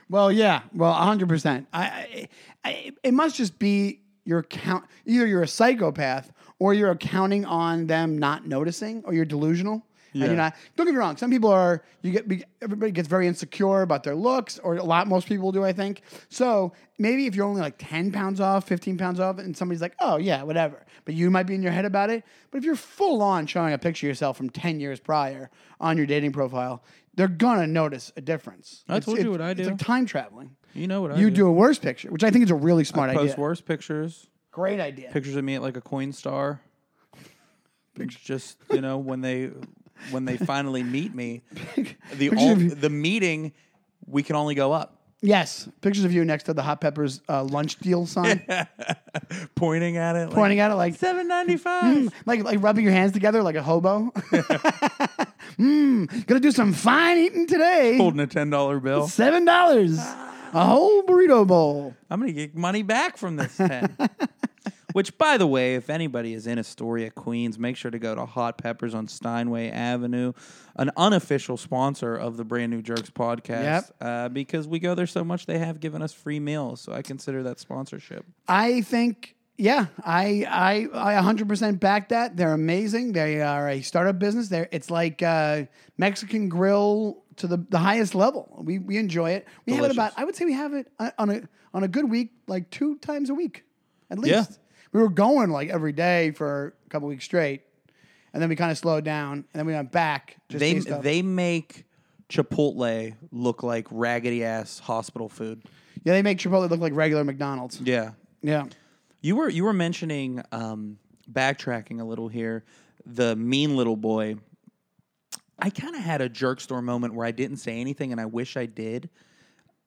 Speaker 2: Well, yeah, well, 100. percent I, I, I, it must just be your count. Either you're a psychopath, or you're counting on them not noticing, or you're delusional. And
Speaker 1: Yeah.
Speaker 2: you're not. Don't get me wrong. Some people are. You get. be- Everybody gets very insecure about their looks, or a lot. Most people do, I think. So maybe if you're only like 10 pounds off, 15 pounds off, and somebody's like, "Oh yeah, whatever," but you might be in your head about it. But if you're full on showing a picture of yourself from 10 years prior on your dating profile, they're gonna notice a difference.
Speaker 1: I told you what I
Speaker 2: It's
Speaker 1: do.
Speaker 2: like time traveling.
Speaker 1: You know what? I
Speaker 2: You do a worse picture, which I think is a really smart
Speaker 1: post
Speaker 2: idea.
Speaker 1: worse pictures,
Speaker 2: Great idea.
Speaker 1: pictures of me at like a coin star. Just you know when they when they finally meet me, the
Speaker 2: Pictures
Speaker 1: all,
Speaker 2: of you-
Speaker 1: the meeting we can only go up.
Speaker 2: Yes, pictures of you next to the Hot Peppers uh, lunch deal sign,
Speaker 1: pointing at it,
Speaker 2: pointing at Mm. it like,
Speaker 1: seven ninety five.
Speaker 2: like like rubbing your hands together like a hobo. Mmm, gonna do some fine eating today.
Speaker 1: Holding a ten dollar bill.
Speaker 2: Seven dollars, a whole burrito bowl.
Speaker 1: I'm gonna get money back from this ten. Which, by the way, if anybody is in Astoria, Queens, make sure to go to Hot Peppers on Steinway Avenue, an unofficial sponsor of the Brand New Jerks podcast.
Speaker 2: Yep.
Speaker 1: Uh, because we go there so much, they have given us free meals, so I consider that sponsorship.
Speaker 2: I think, yeah, I I I 100% back that. They're amazing. They are a startup business. They're, it's like uh, Mexican grill to the, the highest level. We we enjoy it. We have it about.
Speaker 1: Delicious.
Speaker 2: I would say we have it on- on a on a good week, like two times a week, at least.
Speaker 1: Yeah.
Speaker 2: We were going like every day for a couple weeks straight, and then we kind of slowed down, and then we went back. Just
Speaker 1: They
Speaker 2: to stuff.
Speaker 1: they make Chipotle look like raggedy ass hospital food.
Speaker 2: yeah, they make Chipotle look like regular McDonald's.
Speaker 1: Yeah.
Speaker 2: Yeah.
Speaker 1: You were you were mentioning um, backtracking a little here. The mean little boy. I kind of had a jerk store moment where I didn't say anything, and I wish I did.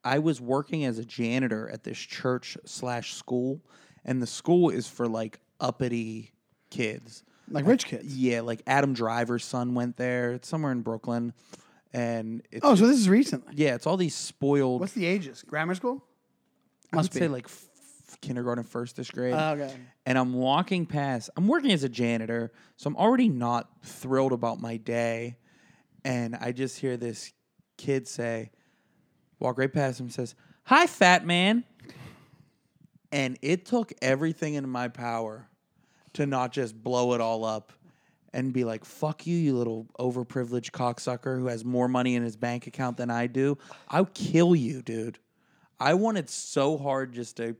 Speaker 1: I was working as a janitor at this church slash school, and the school is for like uppity kids.
Speaker 2: like rich kids.
Speaker 1: Yeah, like Adam Driver's son went there. It's somewhere in Brooklyn, and it's
Speaker 2: Oh, so this is recently.
Speaker 1: yeah, it's all these spoiled.
Speaker 2: What's the ages? Grammar school.
Speaker 1: I would
Speaker 2: Must be.
Speaker 1: say like f- kindergarten, firstish grade.
Speaker 2: Oh, okay.
Speaker 1: and I'm walking past. I'm working as a janitor, so I'm already not thrilled about my day. and I just hear this kid say, walk right past him, says, Hi, fat man. And it took everything in my power to not just blow it all up and be like, fuck you, you little overprivileged cocksucker who has more money in his bank account than I do. I'll kill you, dude. I wanted so hard just to.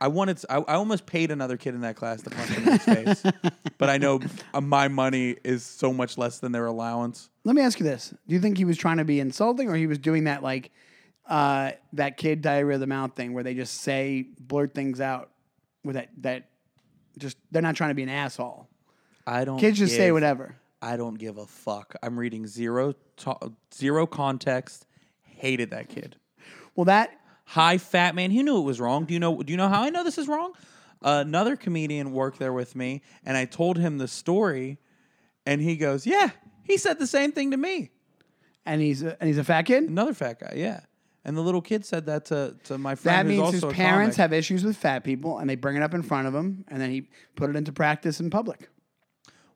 Speaker 1: I wanted. I, I almost paid another kid in that class to punch him in his face, but I know uh, my money is so much less than their allowance.
Speaker 2: Let me ask you this: Do you think he was trying to be insulting, or he was doing that like uh, that kid diarrhea of the mouth thing, where they just say blurt things out with that that just they're not trying to be an asshole.
Speaker 1: I don't.
Speaker 2: Kids just say
Speaker 1: give-
Speaker 2: whatever.
Speaker 1: I don't give a fuck. I'm reading zero to- zero context. Hated that kid.
Speaker 2: Well, that
Speaker 1: High fat man. He knew it was wrong. Do you know? Do you know how I know this is wrong? another comedian worked there with me, and I told him the story, and he goes, "Yeah, he said the same thing to me."
Speaker 2: and he's a, and he's a fat kid.
Speaker 1: Another fat guy, yeah. And the little kid said that to, to my friend.
Speaker 2: That
Speaker 1: who's
Speaker 2: means
Speaker 1: also
Speaker 2: his
Speaker 1: a
Speaker 2: parents
Speaker 1: comic.
Speaker 2: have issues with fat people, and they bring it up in front of him, and then he put it into practice in public.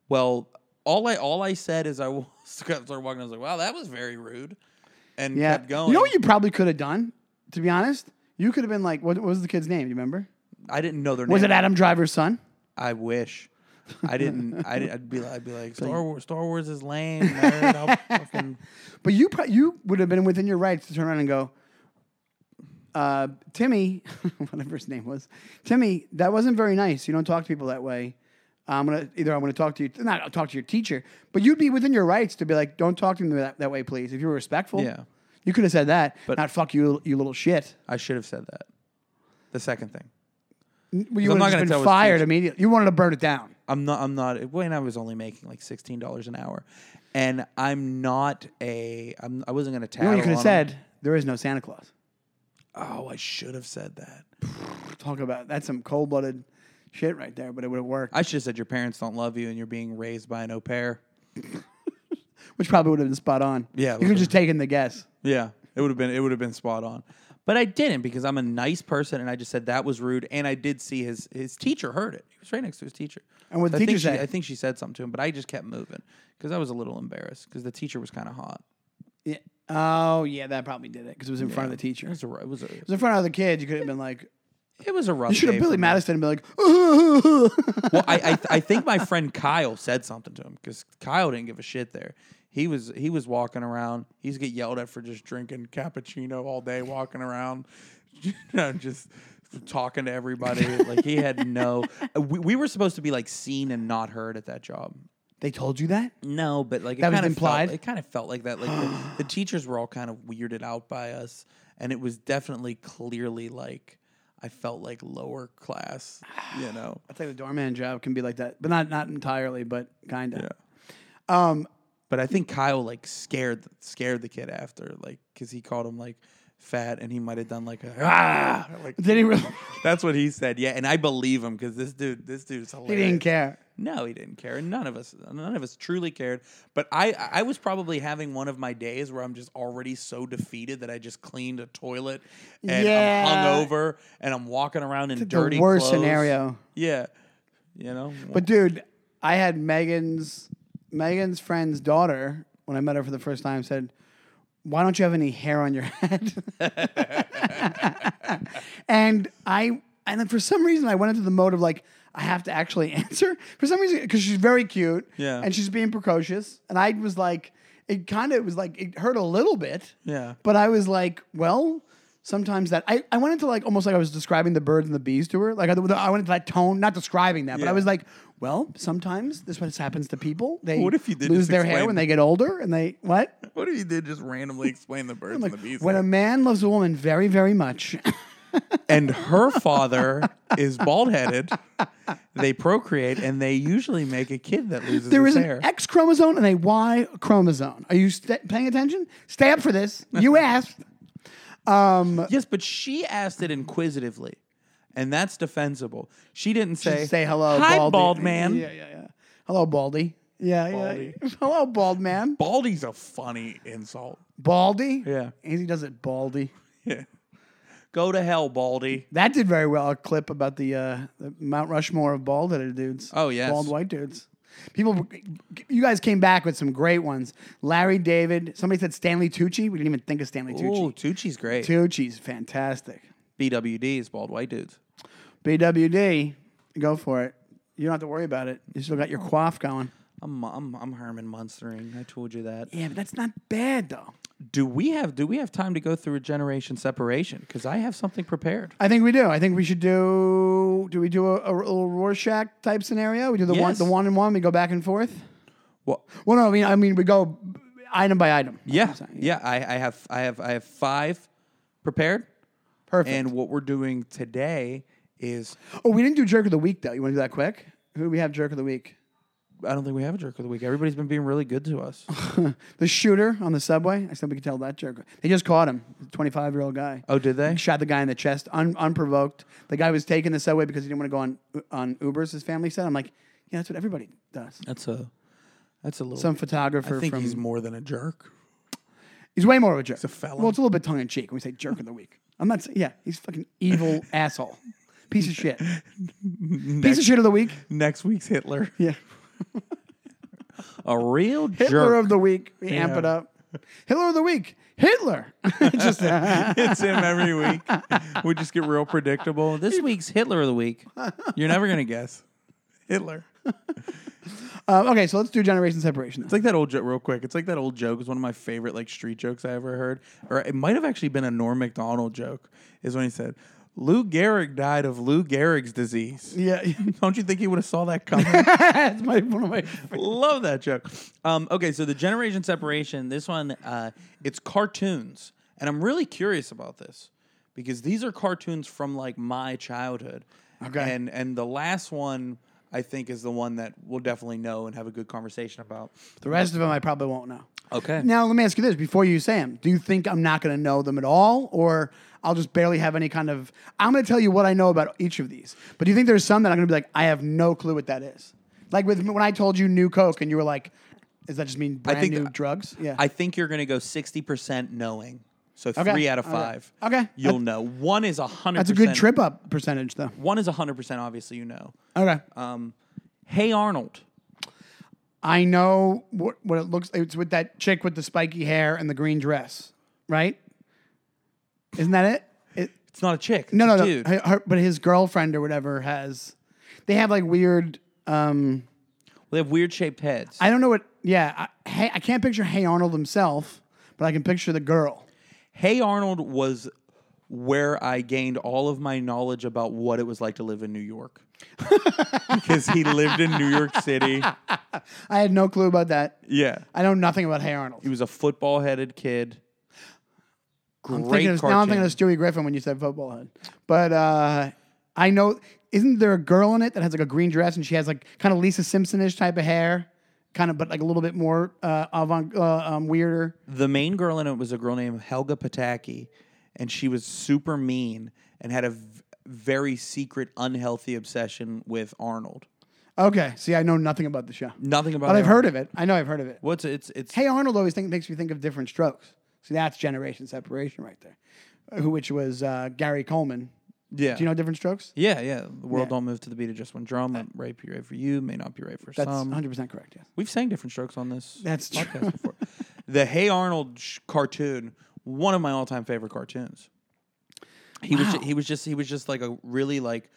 Speaker 1: Well, all I all I said is I was- started walking. I was like, "Wow, that was very rude," and
Speaker 2: Yeah,
Speaker 1: kept going.
Speaker 2: you know what you probably could have done. To be honest, you could have been like, what, what was the kid's name? Do you remember?
Speaker 1: I didn't know their name.
Speaker 2: Was it Adam Driver's son?
Speaker 1: I wish. I didn't. I would be. I'd be like Star Wars. Star Wars is lame. nerd. I'll fucking-
Speaker 2: But you pro- you would have been within your rights to turn around and go, uh, Timmy, whatever his name was, Timmy, that wasn't very nice. You don't talk to people that way. I'm gonna either I'm gonna talk to you, not I'll talk to your teacher, but you'd be within your rights to be like, don't talk to me that, that way, please. If you were respectful,
Speaker 1: Yeah.
Speaker 2: you could have said that.
Speaker 1: But-
Speaker 2: not fuck you, you little shit.
Speaker 1: I should have said that. The second thing.
Speaker 2: You would
Speaker 1: not
Speaker 2: have
Speaker 1: gonna
Speaker 2: just been
Speaker 1: tell his
Speaker 2: fired
Speaker 1: teacher.
Speaker 2: immediately. You wanted to burn it down.
Speaker 1: I'm not. I'm not. When I was only making like sixteen dollars an hour, and I'm not a. I'm. I wasn't gonna
Speaker 2: You
Speaker 1: tattle.
Speaker 2: know what you could have
Speaker 1: on 'em.
Speaker 2: said? There is no Santa Claus.
Speaker 1: Oh, I should have said that.
Speaker 2: Talk about that's some cold blooded shit right there, but it would have worked,
Speaker 1: I should have said your parents don't love you and you're being raised by an au pair.
Speaker 2: which probably would have been spot on. you could
Speaker 1: Yeah, it
Speaker 2: have
Speaker 1: would've-
Speaker 2: just taken the guess.
Speaker 1: Yeah, it would have been. It would have been spot on. But I didn't because I'm a nice person, and I just said that was rude. And I did see his his teacher heard it. He was right next to his teacher.
Speaker 2: And what'd
Speaker 1: So
Speaker 2: the
Speaker 1: I think
Speaker 2: teacher
Speaker 1: she-
Speaker 2: say?
Speaker 1: I think she said something to him, but I just kept moving because I was a little embarrassed because the teacher was kind of hot.
Speaker 2: Yeah. Oh, yeah, that probably did it because it was in front of the teacher.
Speaker 1: It
Speaker 2: If
Speaker 1: was a it was a
Speaker 2: it was in front of the kids, you could have been like,
Speaker 1: it was a rough.
Speaker 2: you should
Speaker 1: day
Speaker 2: have Billy
Speaker 1: for me.
Speaker 2: Madison and be like,
Speaker 1: Well, I, I I think my friend Kyle said something to him because Kyle didn't give a shit there. He was he was walking around. He's get yelled at for just drinking cappuccino all day, walking around, you know, just talking to everybody. like he had no. We, we were supposed to be like seen and not heard at that job.
Speaker 2: they told you that?
Speaker 1: No, but like it
Speaker 2: That was
Speaker 1: kind of
Speaker 2: implied?
Speaker 1: Felt, it kind of felt like that. Like the, the teachers were all kind of weirded out by us, and it was definitely clearly like I felt like lower class. You know.
Speaker 2: I'd say the doorman job can be like that, but not not entirely, but kind of. Um,
Speaker 1: But I think Kyle like scared scared the kid after like because he called him like fat and he might have done like a ah like
Speaker 2: did he really?
Speaker 1: that's what he said yeah and I believe him because this dude this dude's
Speaker 2: he
Speaker 1: hilarious.
Speaker 2: didn't care.
Speaker 1: No, he didn't care. And None of us none of us truly cared. But I I was probably having one of my days where I'm just already so defeated that I just cleaned a toilet and
Speaker 2: Yeah.
Speaker 1: I'm hungover and I'm walking around in dirty
Speaker 2: the worst
Speaker 1: clothes.
Speaker 2: scenario.
Speaker 1: Yeah, you know.
Speaker 2: But dude, I had Megan's Megan's friend's daughter when I met her for the first time said, "Why don't you have any hair on your head?" and I and then for some reason I went into the mode of like I have to actually answer for some reason because she's very cute
Speaker 1: Yeah.
Speaker 2: and she's being precocious and I was like it kind of was like it hurt a little bit
Speaker 1: Yeah.
Speaker 2: but I was like well sometimes that I, I went into like almost like I was describing the birds and the bees to her like I, I went into that tone not describing that but
Speaker 1: Yeah.
Speaker 2: I was like well sometimes this what happens to people they
Speaker 1: What if you did
Speaker 2: lose
Speaker 1: just
Speaker 2: their hair
Speaker 1: explain-
Speaker 2: when they get older and they what
Speaker 1: what if you did just randomly explain the birds
Speaker 2: I'm
Speaker 1: and the
Speaker 2: like,
Speaker 1: bees?
Speaker 2: when a man loves a woman very very much
Speaker 1: and her father is bald headed. They procreate, and they usually make a kid that loses
Speaker 2: There
Speaker 1: his
Speaker 2: is
Speaker 1: hair.
Speaker 2: an X chromosome and a Y chromosome. Are you st- paying attention? Stay up for this. You asked. Um,
Speaker 1: yes, but she asked it inquisitively, and that's defensible. She didn't say,
Speaker 2: say, hello,
Speaker 1: hi,
Speaker 2: Baldy.
Speaker 1: bald man."
Speaker 2: Yeah, yeah, yeah. Hello, Baldy. Yeah,
Speaker 1: Baldy.
Speaker 2: yeah. Hello, bald man.
Speaker 1: Baldy's a funny insult.
Speaker 2: Baldy.
Speaker 1: Yeah.
Speaker 2: And he does it, Baldy.
Speaker 1: Yeah. Go to hell, Baldy.
Speaker 2: That did very well. A clip about the, uh, the Mount Rushmore of bald-headed dudes.
Speaker 1: Oh, yes.
Speaker 2: Bald white dudes. People, you guys came back with some great ones. Larry David. Somebody said Stanley Tucci. We didn't even think of Stanley
Speaker 1: Ooh,
Speaker 2: Tucci.
Speaker 1: Tucci's great.
Speaker 2: Tucci's fantastic.
Speaker 1: BWDs, bald white dudes.
Speaker 2: BWD, go for it. You don't have to worry about it. You still got your quaff going.
Speaker 1: I'm I'm I'm Herman Munstering. I told you that.
Speaker 2: Yeah, but that's not bad though.
Speaker 1: Do we have do we have time to go through a generation separation? Because I have something prepared.
Speaker 2: I think we do. I think we should do. Do we do a, a little Rorschach type scenario? We do the one,
Speaker 1: Yes.
Speaker 2: the one and one. We go back and forth.
Speaker 1: Well,
Speaker 2: Well, no, I mean, I mean, we go item by item.
Speaker 1: yeah, yeah. I, I have I have I have five prepared,
Speaker 2: Perfect.
Speaker 1: and what we're doing today is
Speaker 2: oh, we didn't do jerk of the week though. You want to do that quick? Who do we have jerk of the week?
Speaker 1: I don't think we have a jerk of the week. Everybody's been being really good to us.
Speaker 2: The shooter on the subway. I said we could tell that jerk. They just caught him. Twenty five year old guy.
Speaker 1: Oh, did they?
Speaker 2: Shot the guy in the chest, un- unprovoked. The guy was taking the subway because he didn't want to go on on Ubers. His family said. I'm like, yeah, that's what everybody does.
Speaker 1: That's a that's a little.
Speaker 2: Some photographer
Speaker 1: I think
Speaker 2: from
Speaker 1: he's more than a jerk.
Speaker 2: He's way more of a jerk. He's
Speaker 1: a felon.
Speaker 2: Well, it's a little bit tongue in cheek when we say jerk of the week. I'm not saying, yeah, he's fucking evil asshole. Piece of shit. Piece of shit of the week.
Speaker 1: Next week's Hitler,
Speaker 2: Yeah.
Speaker 1: a real
Speaker 2: Hitler
Speaker 1: jerk.
Speaker 2: of the week. We amp it
Speaker 1: Yeah.
Speaker 2: up. Hitler of the week. Hitler. Just uh,
Speaker 1: it's him every week. We just get real predictable. This week's Hitler of the week. You're never gonna guess. Hitler.
Speaker 2: um, okay, so let's do generation separation.
Speaker 1: It's like that old joke, real quick. It's like that old joke. It's one of my favorite like street jokes I ever heard, or it might have actually been a Norm Macdonald joke. Is when he said, "Lou Gehrig died of Lou Gehrig's disease."
Speaker 2: yeah,
Speaker 1: Don't you think he would have saw that coming?
Speaker 2: that's my one of my.
Speaker 1: Love that joke. Um, okay, so the generation separation. This one, uh, it's cartoons, and I'm really curious about this because these are cartoons from like my childhood.
Speaker 2: Okay.
Speaker 1: And and the last one I think is the one that we'll definitely know and have a good conversation about.
Speaker 2: The rest of them I probably won't know.
Speaker 1: Okay.
Speaker 2: Now let me ask you this: Before you say them, do you think I'm not going to know them at all, or I'll just barely have any kind of? I'm going to tell you what I know about each of these, but do you think there's some that I'm going to be like, I have no clue what that is? Like with when I told you new Coke, and you were like, "Does that just mean brand
Speaker 1: think-
Speaker 2: new drugs?" Yeah,
Speaker 1: I think you're gonna go sixty percent knowing. So
Speaker 2: Okay.
Speaker 1: three out of
Speaker 2: Okay.
Speaker 1: five.
Speaker 2: Okay.
Speaker 1: You'll know. One is a hundred.
Speaker 2: that's a good trip up percentage, though.
Speaker 1: One is a hundred percent. Obviously, you know.
Speaker 2: Okay,
Speaker 1: Um, hey Arnold.
Speaker 2: I know what, what it looks. It's with that chick with the spiky hair and the green dress, right? Isn't that it? it
Speaker 1: It's not a chick.
Speaker 2: No, no,
Speaker 1: it's a
Speaker 2: no.
Speaker 1: dude.
Speaker 2: Her- her- but his girlfriend or whatever has. They have like weird. Um,
Speaker 1: They have weird shaped heads.
Speaker 2: I don't know what. Yeah, I, hey, I can't picture Hey Arnold himself, but I can picture the girl.
Speaker 1: Hey Arnold was where I gained all of my knowledge about what it was like to live in New York. because he lived in New York City.
Speaker 2: I had no clue about that.
Speaker 1: Yeah.
Speaker 2: I know nothing about Hey Arnold.
Speaker 1: He was a football headed kid. Great
Speaker 2: I'm thinking of, now I'm thinking
Speaker 1: cartoon.
Speaker 2: of Stewie Griffin when you said football head, but uh, I know. Isn't there a girl in it that has like a green dress and she has like kind of Lisa Simpson-ish type of hair, kind of but like a little bit more uh, avant, uh, um, weirder.
Speaker 1: the main girl in it was a girl named Helga Pataki, and she was super mean and had a v- very secret, unhealthy obsession with Arnold.
Speaker 2: Okay, see, I know nothing about the show,
Speaker 1: Nothing about
Speaker 2: but
Speaker 1: Hey
Speaker 2: I've heard
Speaker 1: Arnold.
Speaker 2: of it. I know I've heard of it.
Speaker 1: What's it's it's
Speaker 2: Hey Arnold always think, makes me think of different strokes. See, that's generation separation right there, Uh, who- which was uh, Gary Coleman.
Speaker 1: yeah.
Speaker 2: Do you know different strokes?
Speaker 1: Yeah, yeah. The world
Speaker 2: Yeah.
Speaker 1: don't move to the beat of just one drum. It Right be right for you, may not be right for
Speaker 2: That's
Speaker 1: some.
Speaker 2: 100% correct, yes.
Speaker 1: We've sang different strokes on this
Speaker 2: That's true.
Speaker 1: podcast before. The Hey Arnold sh- cartoon, one of my all-time favorite cartoons. He was ju- he was just he was just like a really like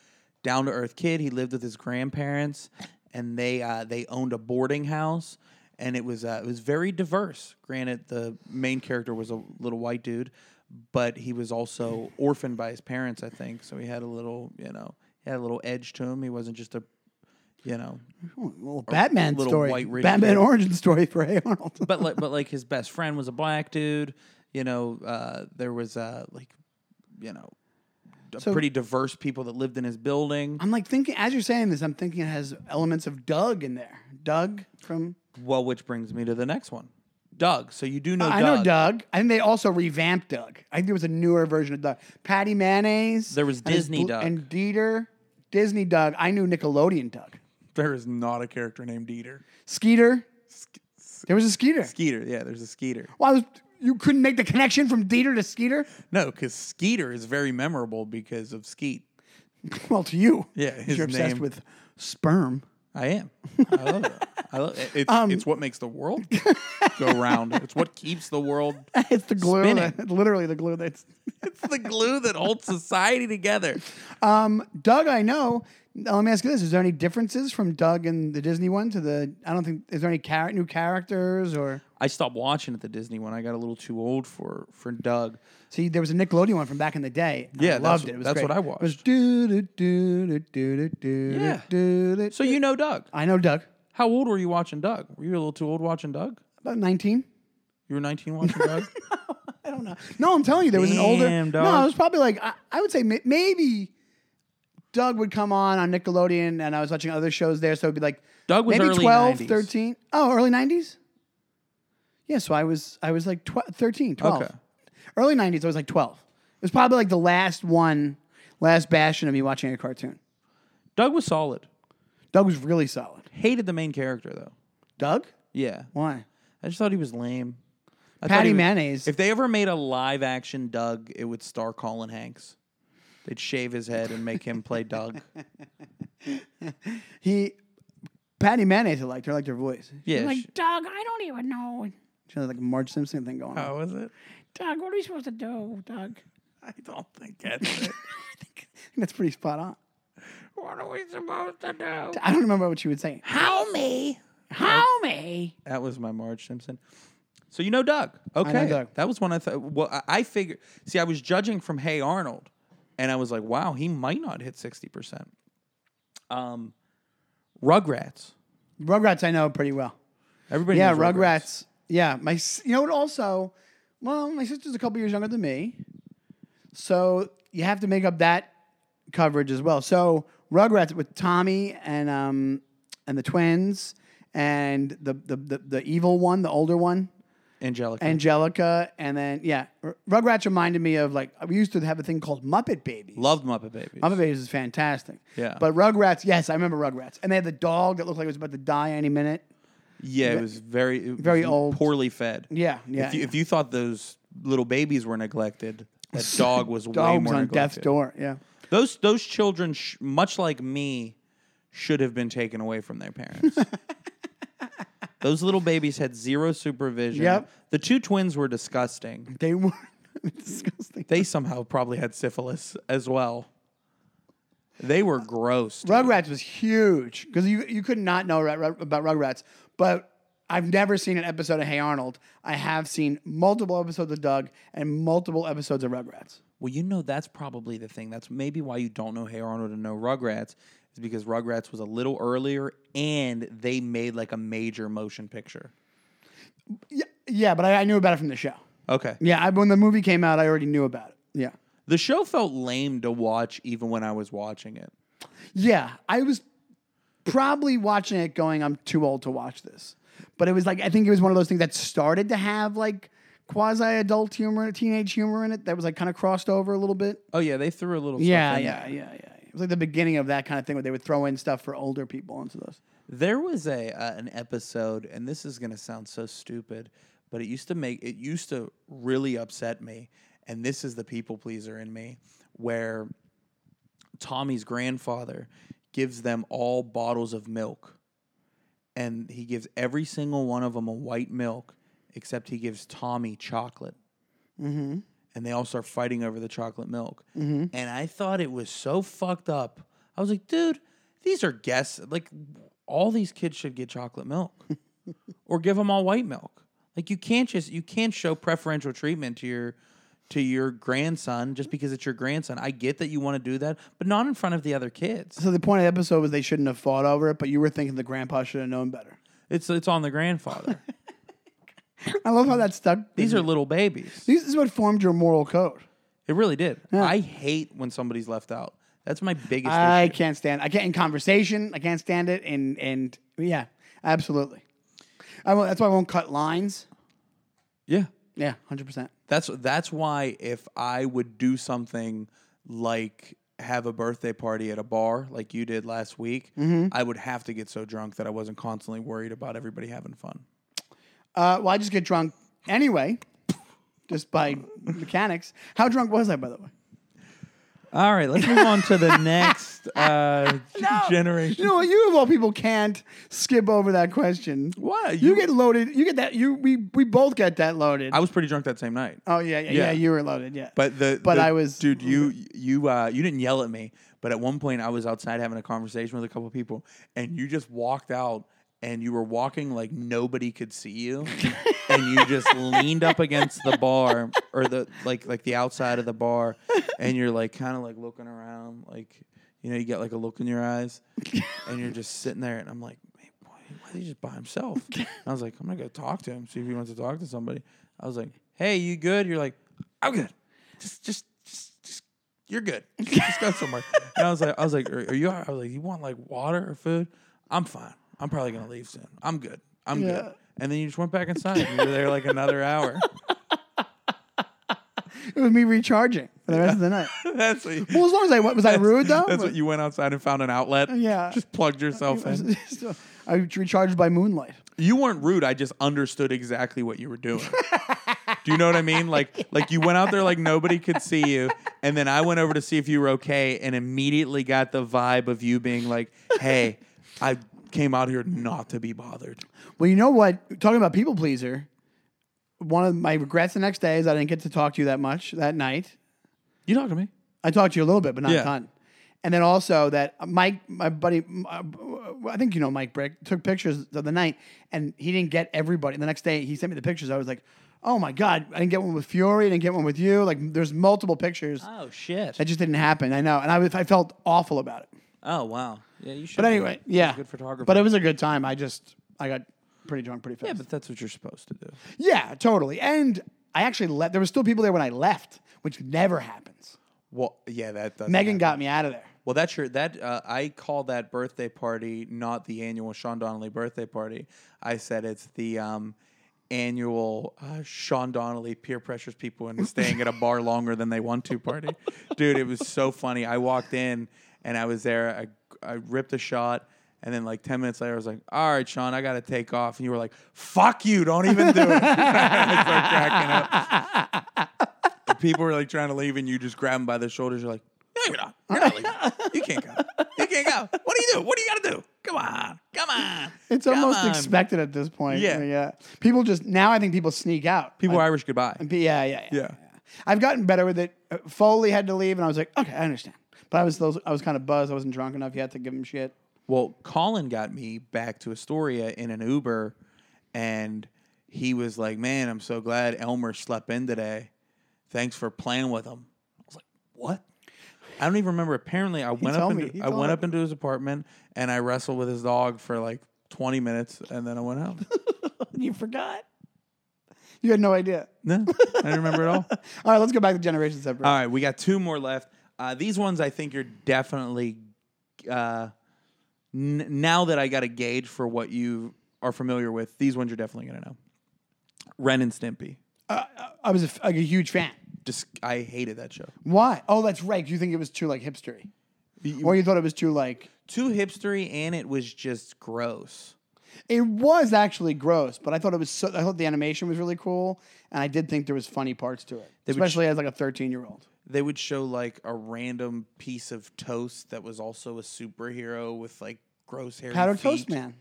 Speaker 1: down to earth kid. He lived with his grandparents, and they uh, they owned a boarding house, and it was uh, it was very diverse. Granted, the main character was a little white dude, but he was also orphaned by his parents, I think. So he had a little you know he had a little edge to him. He wasn't just a you know
Speaker 2: Oh, a little Batman
Speaker 1: little
Speaker 2: story.
Speaker 1: white rich
Speaker 2: Batman
Speaker 1: kid.
Speaker 2: origin story for Hey Arnold.
Speaker 1: but like but like his best friend was a black dude. You know, uh, there was uh, like, you know, d-
Speaker 2: So-
Speaker 1: pretty diverse people that lived in his building.
Speaker 2: I'm like thinking, as you're saying this, I'm thinking it has elements of Doug in there. Doug from.
Speaker 1: Well, which brings me to the next one, Doug. So you do know,
Speaker 2: I
Speaker 1: Doug.
Speaker 2: know Doug. I think they also revamped Doug. I think there was a newer version of Doug. Patty Mayonnaise.
Speaker 1: There was
Speaker 2: and his
Speaker 1: Disney
Speaker 2: bl-
Speaker 1: Doug.
Speaker 2: And Dieter. Disney Doug. I knew Nickelodeon Doug.
Speaker 1: There is not a character named Dieter.
Speaker 2: Skeeter. There was a Skeeter.
Speaker 1: Skeeter, yeah, there's a Skeeter.
Speaker 2: Well, I was, you couldn't make the connection from Dieter to Skeeter?
Speaker 1: No, because Skeeter is very memorable because of Skeet.
Speaker 2: Well, to you.
Speaker 1: Yeah, his
Speaker 2: you're obsessed
Speaker 1: name.
Speaker 2: with sperm.
Speaker 1: I am. I love it. I love it. It's, it's what makes the world go round. It's what keeps the world.
Speaker 2: It's the glue.
Speaker 1: Spin
Speaker 2: that- literally the glue that's.
Speaker 1: It's the glue that holds society together.
Speaker 2: Doug, I know. Now, let me ask you this: Is there any differences from Doug and the Disney one to the? I don't think. Is there any char- new characters or?
Speaker 1: I stopped watching at the Disney when I got a little too old for for Doug.
Speaker 2: See, there was a Nickelodeon one from back in the day. and
Speaker 1: Yeah,
Speaker 2: I
Speaker 1: that's-
Speaker 2: loved it. It was
Speaker 1: that's
Speaker 2: great.
Speaker 1: what I
Speaker 2: It was
Speaker 1: watched.
Speaker 2: do do do do do do
Speaker 1: Yeah.
Speaker 2: do do.
Speaker 1: So you know Doug.
Speaker 2: I know Doug.
Speaker 1: How old were you watching Doug? Were you a little too old watching Doug?
Speaker 2: About nineteen.
Speaker 1: You were 19 watching Doug?
Speaker 2: I don't know. No, I'm telling you, there was an older.
Speaker 1: Damn,
Speaker 2: No,
Speaker 1: dog.
Speaker 2: it was probably like I, I would say ma- maybe Doug would come on on Nickelodeon, and I was watching other shows there, so it'd be like
Speaker 1: Doug was
Speaker 2: maybe
Speaker 1: early
Speaker 2: 12,
Speaker 1: 90s.
Speaker 2: 13. Oh, early nineties. Yeah, so I was I was like 12, 13, 12.
Speaker 1: Okay.
Speaker 2: Early nineties, I was like twelve. It was probably like the last one, last bastion of me watching a cartoon.
Speaker 1: Doug was solid.
Speaker 2: Doug was really solid.
Speaker 1: Hated the main character though.
Speaker 2: Doug?
Speaker 1: Yeah.
Speaker 2: Why?
Speaker 1: I just thought he was lame. I thought
Speaker 2: Patty
Speaker 1: he was-
Speaker 2: Mayonnaise.
Speaker 1: If they ever made a live action Doug, it would star Colin Hanks. They'd shave his head and make him play Doug.
Speaker 2: He, Patty Mayonnaise, I liked her. I liked her voice.
Speaker 1: Yeah.
Speaker 3: Like,
Speaker 1: sh-
Speaker 3: Doug, I don't even know.
Speaker 2: She had like a Marge Simpson thing going on.
Speaker 1: How Oh, is it?
Speaker 3: Doug, what are we supposed to do, Doug?
Speaker 1: I don't think that's it.
Speaker 2: That's pretty spot on.
Speaker 3: What are we supposed to do?
Speaker 2: I don't remember what she would say.
Speaker 3: How me? How me?
Speaker 1: That was my Marge Simpson. So you know Doug. Okay.
Speaker 2: Doug.
Speaker 1: That was one I thought. Well, I, I figured. See, I was judging from Hey Arnold, and I was like, wow, he might not hit 60%. Um, Rugrats.
Speaker 2: Rugrats, I know pretty well.
Speaker 1: Everybody
Speaker 2: Yeah,
Speaker 1: knows
Speaker 2: Rugrats. Yeah, my s- you know what? Also, well, my sister's a couple years younger than me, so you have to make up that coverage as well. So Rugrats with Tommy and um and the twins and the the the, the evil one, the older one.
Speaker 1: Angelica.
Speaker 2: Angelica, and then yeah, R- Rugrats reminded me of like we used to have a thing called Muppet Babies.
Speaker 1: Loved Muppet Babies.
Speaker 2: Muppet Babies is fantastic.
Speaker 1: Yeah.
Speaker 2: but Rugrats, yes, I remember Rugrats, and they had the dog that looked like it was about to die any minute.
Speaker 1: Yeah, it was very it
Speaker 2: very
Speaker 1: was
Speaker 2: old.
Speaker 1: poorly fed.
Speaker 2: Yeah, yeah.
Speaker 1: If you, if you thought those little babies were neglected, that dog was way
Speaker 2: Dog was
Speaker 1: more
Speaker 2: on death's
Speaker 1: neglected.
Speaker 2: door. Yeah,
Speaker 1: Those those children, sh- much like me, should have been taken away from their parents. those little babies had zero supervision.
Speaker 2: Yep.
Speaker 1: The two twins were disgusting.
Speaker 2: they were disgusting.
Speaker 1: They somehow probably had syphilis as well. They were gross. dude.
Speaker 2: Rugrats was huge because you you could not know ra- ra- about Rugrats, but I've never seen an episode of Hey Arnold. I have seen multiple episodes of Doug and multiple episodes of Rugrats.
Speaker 1: Well, you know, that's probably the thing. That's maybe why you don't know Hey Arnold and no Rugrats, is because Rugrats was a little earlier and they made like a major motion picture.
Speaker 2: Yeah, yeah, but I, I knew about it from the show.
Speaker 1: Okay.
Speaker 2: Yeah, I, when the movie came out, I already knew about it. Yeah.
Speaker 1: The show felt lame to watch even when I was watching it.
Speaker 2: Yeah, I was probably watching it going, I'm too old to watch this. But it was like, I think it was one of those things that started to have like quasi adult humor, teenage humor in it that was like kind of crossed over a little bit.
Speaker 1: Oh, yeah, they threw a little
Speaker 2: Yeah,
Speaker 1: stuff in
Speaker 2: yeah,
Speaker 1: there.
Speaker 2: yeah, yeah. It was like the beginning of that kind of thing where they would throw in stuff for older people into those.
Speaker 1: There was a uh, an episode, and this is gonna sound so stupid, but it used to make it used to really upset me. And this is the people pleaser in me, where Tommy's grandfather gives them all bottles of milk, and he gives every single one of them a white milk, except he gives Tommy chocolate. And they all start fighting over the chocolate milk. And I thought it was so fucked up. I was like, dude, these are guests. Like, all these kids should get chocolate milk or give them all white milk. Like you can't just you can't show preferential treatment to your to your grandson just because it's your grandson. I get that you want to do that, but not in front of the other kids.
Speaker 2: So the point of the episode was they shouldn't have fought over it, but you were thinking the grandpa should have known better.
Speaker 1: It's it's on the grandfather.
Speaker 2: I love how that stuck.
Speaker 1: These are little babies.
Speaker 2: These this is what formed your moral code.
Speaker 1: It really did. I hate when somebody's left out. That's my biggest
Speaker 2: I
Speaker 1: issue.
Speaker 2: can't stand. I can't in conversation. I can't stand it. And and yeah, absolutely. I won't, that's why I won't cut lines.
Speaker 1: Yeah.
Speaker 2: Yeah, hundred percent.
Speaker 1: That's that's why if I would do something like have a birthday party at a bar like you did last week, I would have to get so drunk that I wasn't constantly worried about everybody having fun.
Speaker 2: Uh, well, I just get drunk anyway, just by mechanics. How drunk was I, by the way?
Speaker 1: All right, let's move on to the next
Speaker 4: next uh, generation.
Speaker 2: You know what? You of all people can't skip over that question.
Speaker 1: What?
Speaker 2: You, get loaded. You get that. You we we both get that loaded.
Speaker 1: I was pretty drunk that same night.
Speaker 2: oh yeah, yeah, yeah,
Speaker 1: Yeah.
Speaker 2: You were loaded. Yeah.
Speaker 1: But the
Speaker 2: But
Speaker 1: the-
Speaker 2: I was-
Speaker 1: dude. You you uh you didn't yell at me, but at one point I was outside having a conversation with a couple people, and you just walked out, and you were walking like nobody could see you, and you just leaned up against the bar or the like like the outside of the bar, and you're like kind of like looking around, like you know you got like a look in your eyes, and you're just sitting there, and I'm like. "Man, why- why is he just by himself? And I was like, I'm gonna go talk to him, see if he wants to talk to somebody. I was like, Hey, you good? You're like, I'm good just, just, just, just you're good. Just go somewhere. and I was like, I was like, are, are you? all right?" I was like, you want like water or food? I'm fine. I'm probably gonna leave soon. I'm good. I'm
Speaker 2: Yeah.
Speaker 1: good. And then you just went back inside. and You were there like another hour.
Speaker 2: it was me recharging for the rest of the night.
Speaker 1: that's what. You,
Speaker 2: Well, as long as I went, was I rude though?
Speaker 1: That's what you went outside and found an outlet.
Speaker 2: Yeah.
Speaker 1: Just plugged yourself in.
Speaker 2: I was recharged by moonlight.
Speaker 1: You weren't rude. I just understood exactly what you were doing. Do you know what I mean? Like, like you went out there like nobody could see you, and then I went over to see if you were okay, and immediately got the vibe of you being like, "Hey, I came out here not to be bothered."
Speaker 2: Well, you know what? Talking about people pleaser, one of my regrets the next day is I didn't get to talk to you that much that night.
Speaker 1: You talk to me.
Speaker 2: I talked to you a little bit, but not
Speaker 1: Yeah.
Speaker 2: a ton. And then also that Mike, my buddy, uh, I think you know Mike Brick, took pictures of the night, and he didn't get everybody. The next day, he sent me the pictures. I was like, "Oh my god, I didn't get one with Fury. I didn't get one with you. Like, there's multiple pictures
Speaker 1: Oh shit.
Speaker 2: that just didn't happen. I know, and I was, I felt awful about it.
Speaker 1: Oh wow. Yeah, you should.
Speaker 2: But anyway, yeah,
Speaker 1: good photographer.
Speaker 2: But it was a good time. I just, I got pretty drunk pretty fast.
Speaker 1: Yeah, but that's what you're supposed to do.
Speaker 2: Yeah, totally. And I actually left. There were still people there when I left, which never happens.
Speaker 1: Well, yeah, that does.
Speaker 2: Megan got me out of there.
Speaker 1: Well, that's your that uh, I call that birthday party not the annual Sean Donnelly birthday party. I said it's the um, annual uh, Sean Donnelly peer pressures people into staying at a bar longer than they want to party. Dude, it was so funny. I walked in and I was there. I I ripped a shot. And then, like ten minutes later, I was like, "All right, Sean, I gotta take off." And you were like, "Fuck you! Don't even do it." I started cracking up people were like trying to leave and you just grab them by their shoulders. You're like, no, you're not. You're not leaving. You can't go. You can't go. What do you do? What do you got to do? Come on. Come on.
Speaker 2: It's
Speaker 1: Come
Speaker 2: almost
Speaker 1: on.
Speaker 2: expected at this point.
Speaker 1: Yeah.
Speaker 2: yeah. People just now. I think people sneak out.
Speaker 1: People
Speaker 2: Like,
Speaker 1: are Irish goodbye.
Speaker 2: but yeah, yeah, yeah,
Speaker 1: Yeah.
Speaker 2: I've gotten better with it. Uh, Foley had to leave, and I was like, okay, I understand. But I was those, I was kind of buzzed. I wasn't drunk enough yet to give him shit.
Speaker 1: Well, Colin got me back to Astoria in an Uber and he was like, man, I'm so glad Elmer slept in today. Thanks for playing with him. I was like, what? I don't even remember. Apparently, I went up
Speaker 2: told me.
Speaker 1: into,
Speaker 2: He
Speaker 1: I
Speaker 2: told
Speaker 1: went
Speaker 2: me.
Speaker 1: up into his apartment and I wrestled with his dog for like 20 minutes and then I went home.
Speaker 2: You forgot. You had no idea.
Speaker 1: no, I didn't remember at all.
Speaker 2: All right, let's go back to generation separate.
Speaker 1: All right, we got two more left. Uh, these ones I think you're definitely uh, n- now that I got a gauge for what you are familiar with. These ones you're definitely gonna know. Ren and Stimpy.
Speaker 2: Uh, I was a f- like a huge fan.
Speaker 1: Just I hated that show.
Speaker 2: Why? Oh, that's right. 'cause You think it was too like hipstery, or you thought it was too like
Speaker 1: Too hipstery, and it was just gross.
Speaker 2: It was actually gross, but I thought it was so. I thought the animation was really cool, and I did think there was funny parts to it,
Speaker 1: would
Speaker 2: especially as like a thirteen year old.
Speaker 1: They would show like a random piece of toast that was also a superhero with like gross hair.
Speaker 2: Powdered Toast Man.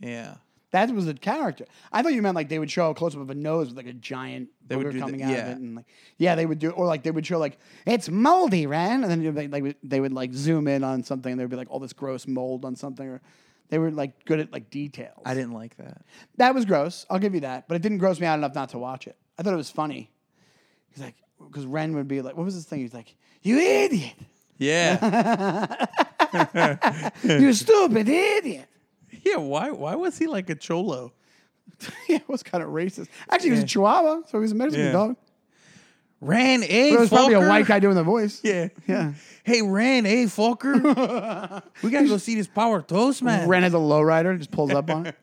Speaker 1: Yeah.
Speaker 2: That was a character. I thought you meant like they would show a close up of a nose with like a giant
Speaker 1: They would
Speaker 2: booger
Speaker 1: do
Speaker 2: coming
Speaker 1: that,
Speaker 2: out
Speaker 1: yeah.
Speaker 2: of it, and like yeah, they would do, or like they would show like it's moldy, Ren, and then you'd be, like they would like zoom in on something, and there'd be like all this gross mold on something, or they were like good at like details.
Speaker 1: I didn't like that.
Speaker 2: That was gross. I'll give you that, but it didn't gross me out enough not to watch it. I thought it was funny. He's like, because Ren would be like, what was this thing? He's like, you idiot,
Speaker 1: Yeah.
Speaker 2: you stupid idiot.
Speaker 1: yeah. Why? Why was he like a cholo?
Speaker 2: yeah, it was kind of racist. Actually, he was a Chihuahua, so he was a Mexican
Speaker 1: Yeah.
Speaker 2: dog.
Speaker 1: Ran a.
Speaker 2: It was probably a
Speaker 1: fucker.
Speaker 2: white guy doing the voice.
Speaker 1: Yeah.
Speaker 2: Yeah.
Speaker 1: Hey, Ren, hey, Falker. we got to go see this Power Toast, man.
Speaker 2: Ren has a lowrider, just pulls up on it.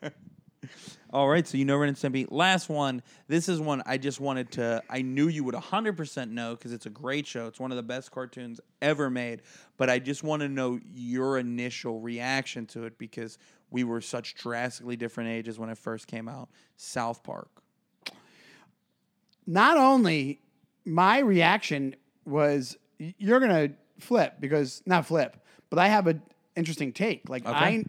Speaker 1: All right, so you know Ren and Stimpy. Last one. This is one I just wanted to, I knew you would 100% know because it's a great show. It's one of the best cartoons ever made. But I just want to know your initial reaction to it because we were such drastically different ages when it first came out. South Park.
Speaker 2: Not only my reaction was, y- you're gonna flip because not flip, but I have an interesting take. Like I,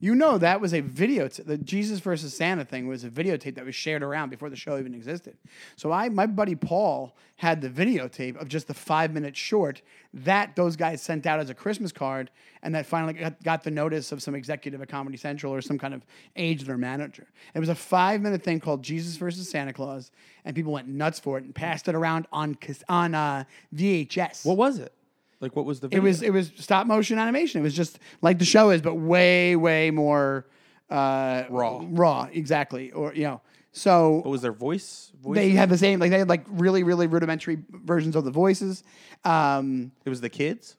Speaker 2: you know, that was a video. The Jesus versus Santa thing was a videotape that was shared around before the show even existed. So I, my buddy Paul, had the videotape of just the five minute short that those guys sent out as a Christmas card, and that finally got, got the notice of some executive at Comedy Central or some kind of agent or manager. It was a five minute thing called Jesus versus Santa Claus, and people went nuts for it and passed it around on cas- on uh, VHS.
Speaker 1: What was it? Like, what was the
Speaker 2: It
Speaker 1: video?
Speaker 2: was it was stop motion animation. It was just like the show is, but way way more uh,
Speaker 1: Raw.
Speaker 2: Raw, exactly. Or you know, so
Speaker 1: What was their voice? voice
Speaker 2: they had the same like they had like really really rudimentary versions of the voices. Um,
Speaker 1: it was the kids?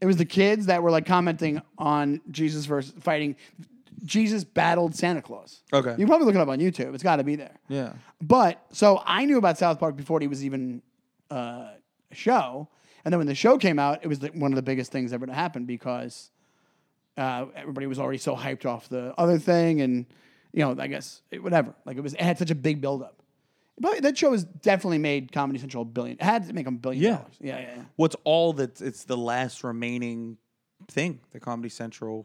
Speaker 2: it was the kids that were like commenting on Jesus versus fighting. Jesus battled Santa Claus.
Speaker 1: Okay.
Speaker 2: you can probably look it up on YouTube. It's got to be there.
Speaker 1: Yeah.
Speaker 2: But so I knew about South Park before it was even uh, a show, and then when the show came out, it was like one of the biggest things ever to happen because uh, everybody was already so hyped off the other thing, and you know, I guess it, whatever. Like it was, it had such a big buildup. But that show has definitely made Comedy Central a billion. It had to make them a billion
Speaker 1: Yeah.
Speaker 2: dollars. Yeah, yeah, yeah.
Speaker 1: What's all that? It's the last remaining thing the Comedy Central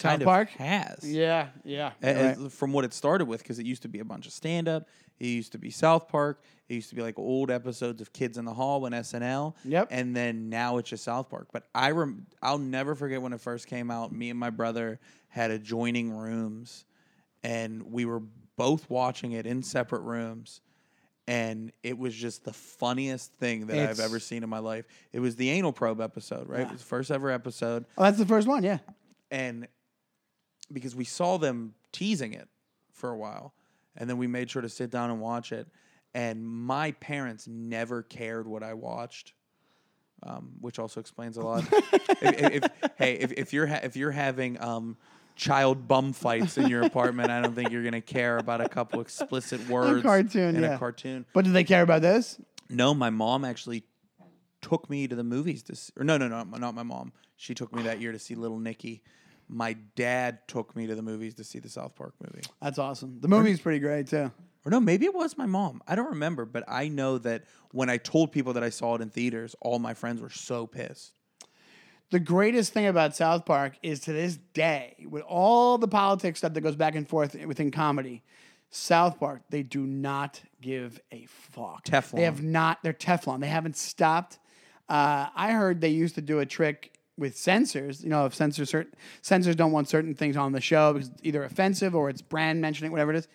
Speaker 1: kind
Speaker 2: South
Speaker 1: of
Speaker 2: Park?
Speaker 1: has.
Speaker 2: Yeah, yeah.
Speaker 1: A- as- from what it started with because it used to be a bunch of stand up. It used to be South Park. It used to be like old episodes of Kids in the Hall when SNL.
Speaker 2: Yep.
Speaker 1: And then now it's just South Park. But I rem- I'll never forget when it first came out. Me and my brother had adjoining rooms, and we were both watching it in separate rooms. And it was just the funniest thing that
Speaker 2: It's-
Speaker 1: I've ever seen in my life. It was the anal probe episode, right? It was the first ever episode
Speaker 2: Oh, that's the first one. Yeah.
Speaker 1: and because we saw them teasing it for a while and then we made sure to sit down and watch it and my parents never cared what i watched um, which also explains a lot if, if, if- hey if, if you're ha- if you're having um, child bum fights in your apartment i don't think you're going to care about a couple explicit words
Speaker 2: cartoon,
Speaker 1: in
Speaker 2: yeah.
Speaker 1: a cartoon
Speaker 2: But did they care about this?
Speaker 1: no, my mom actually took me to the movies to see, or no, no, no, not my mom. She took me that year to see Little Nicky. My dad took me to the movies to see the South Park movie.
Speaker 2: That's awesome. The movie's pretty great too.
Speaker 1: Or no, maybe it was my mom. I don't remember, but I know that when I told people that I saw it in theaters, all my friends were so pissed.
Speaker 2: the greatest thing about South Park is to this day, with all the politics stuff that goes back and forth within comedy, South Park, they do not give a fuck.
Speaker 1: Teflon.
Speaker 2: They have not, they're Teflon. They haven't stopped. Uh, I heard they used to do a trick with censors. You know, if censors, cert- censors don't want certain things on the show because it's either offensive or it's brand mentioning, whatever it is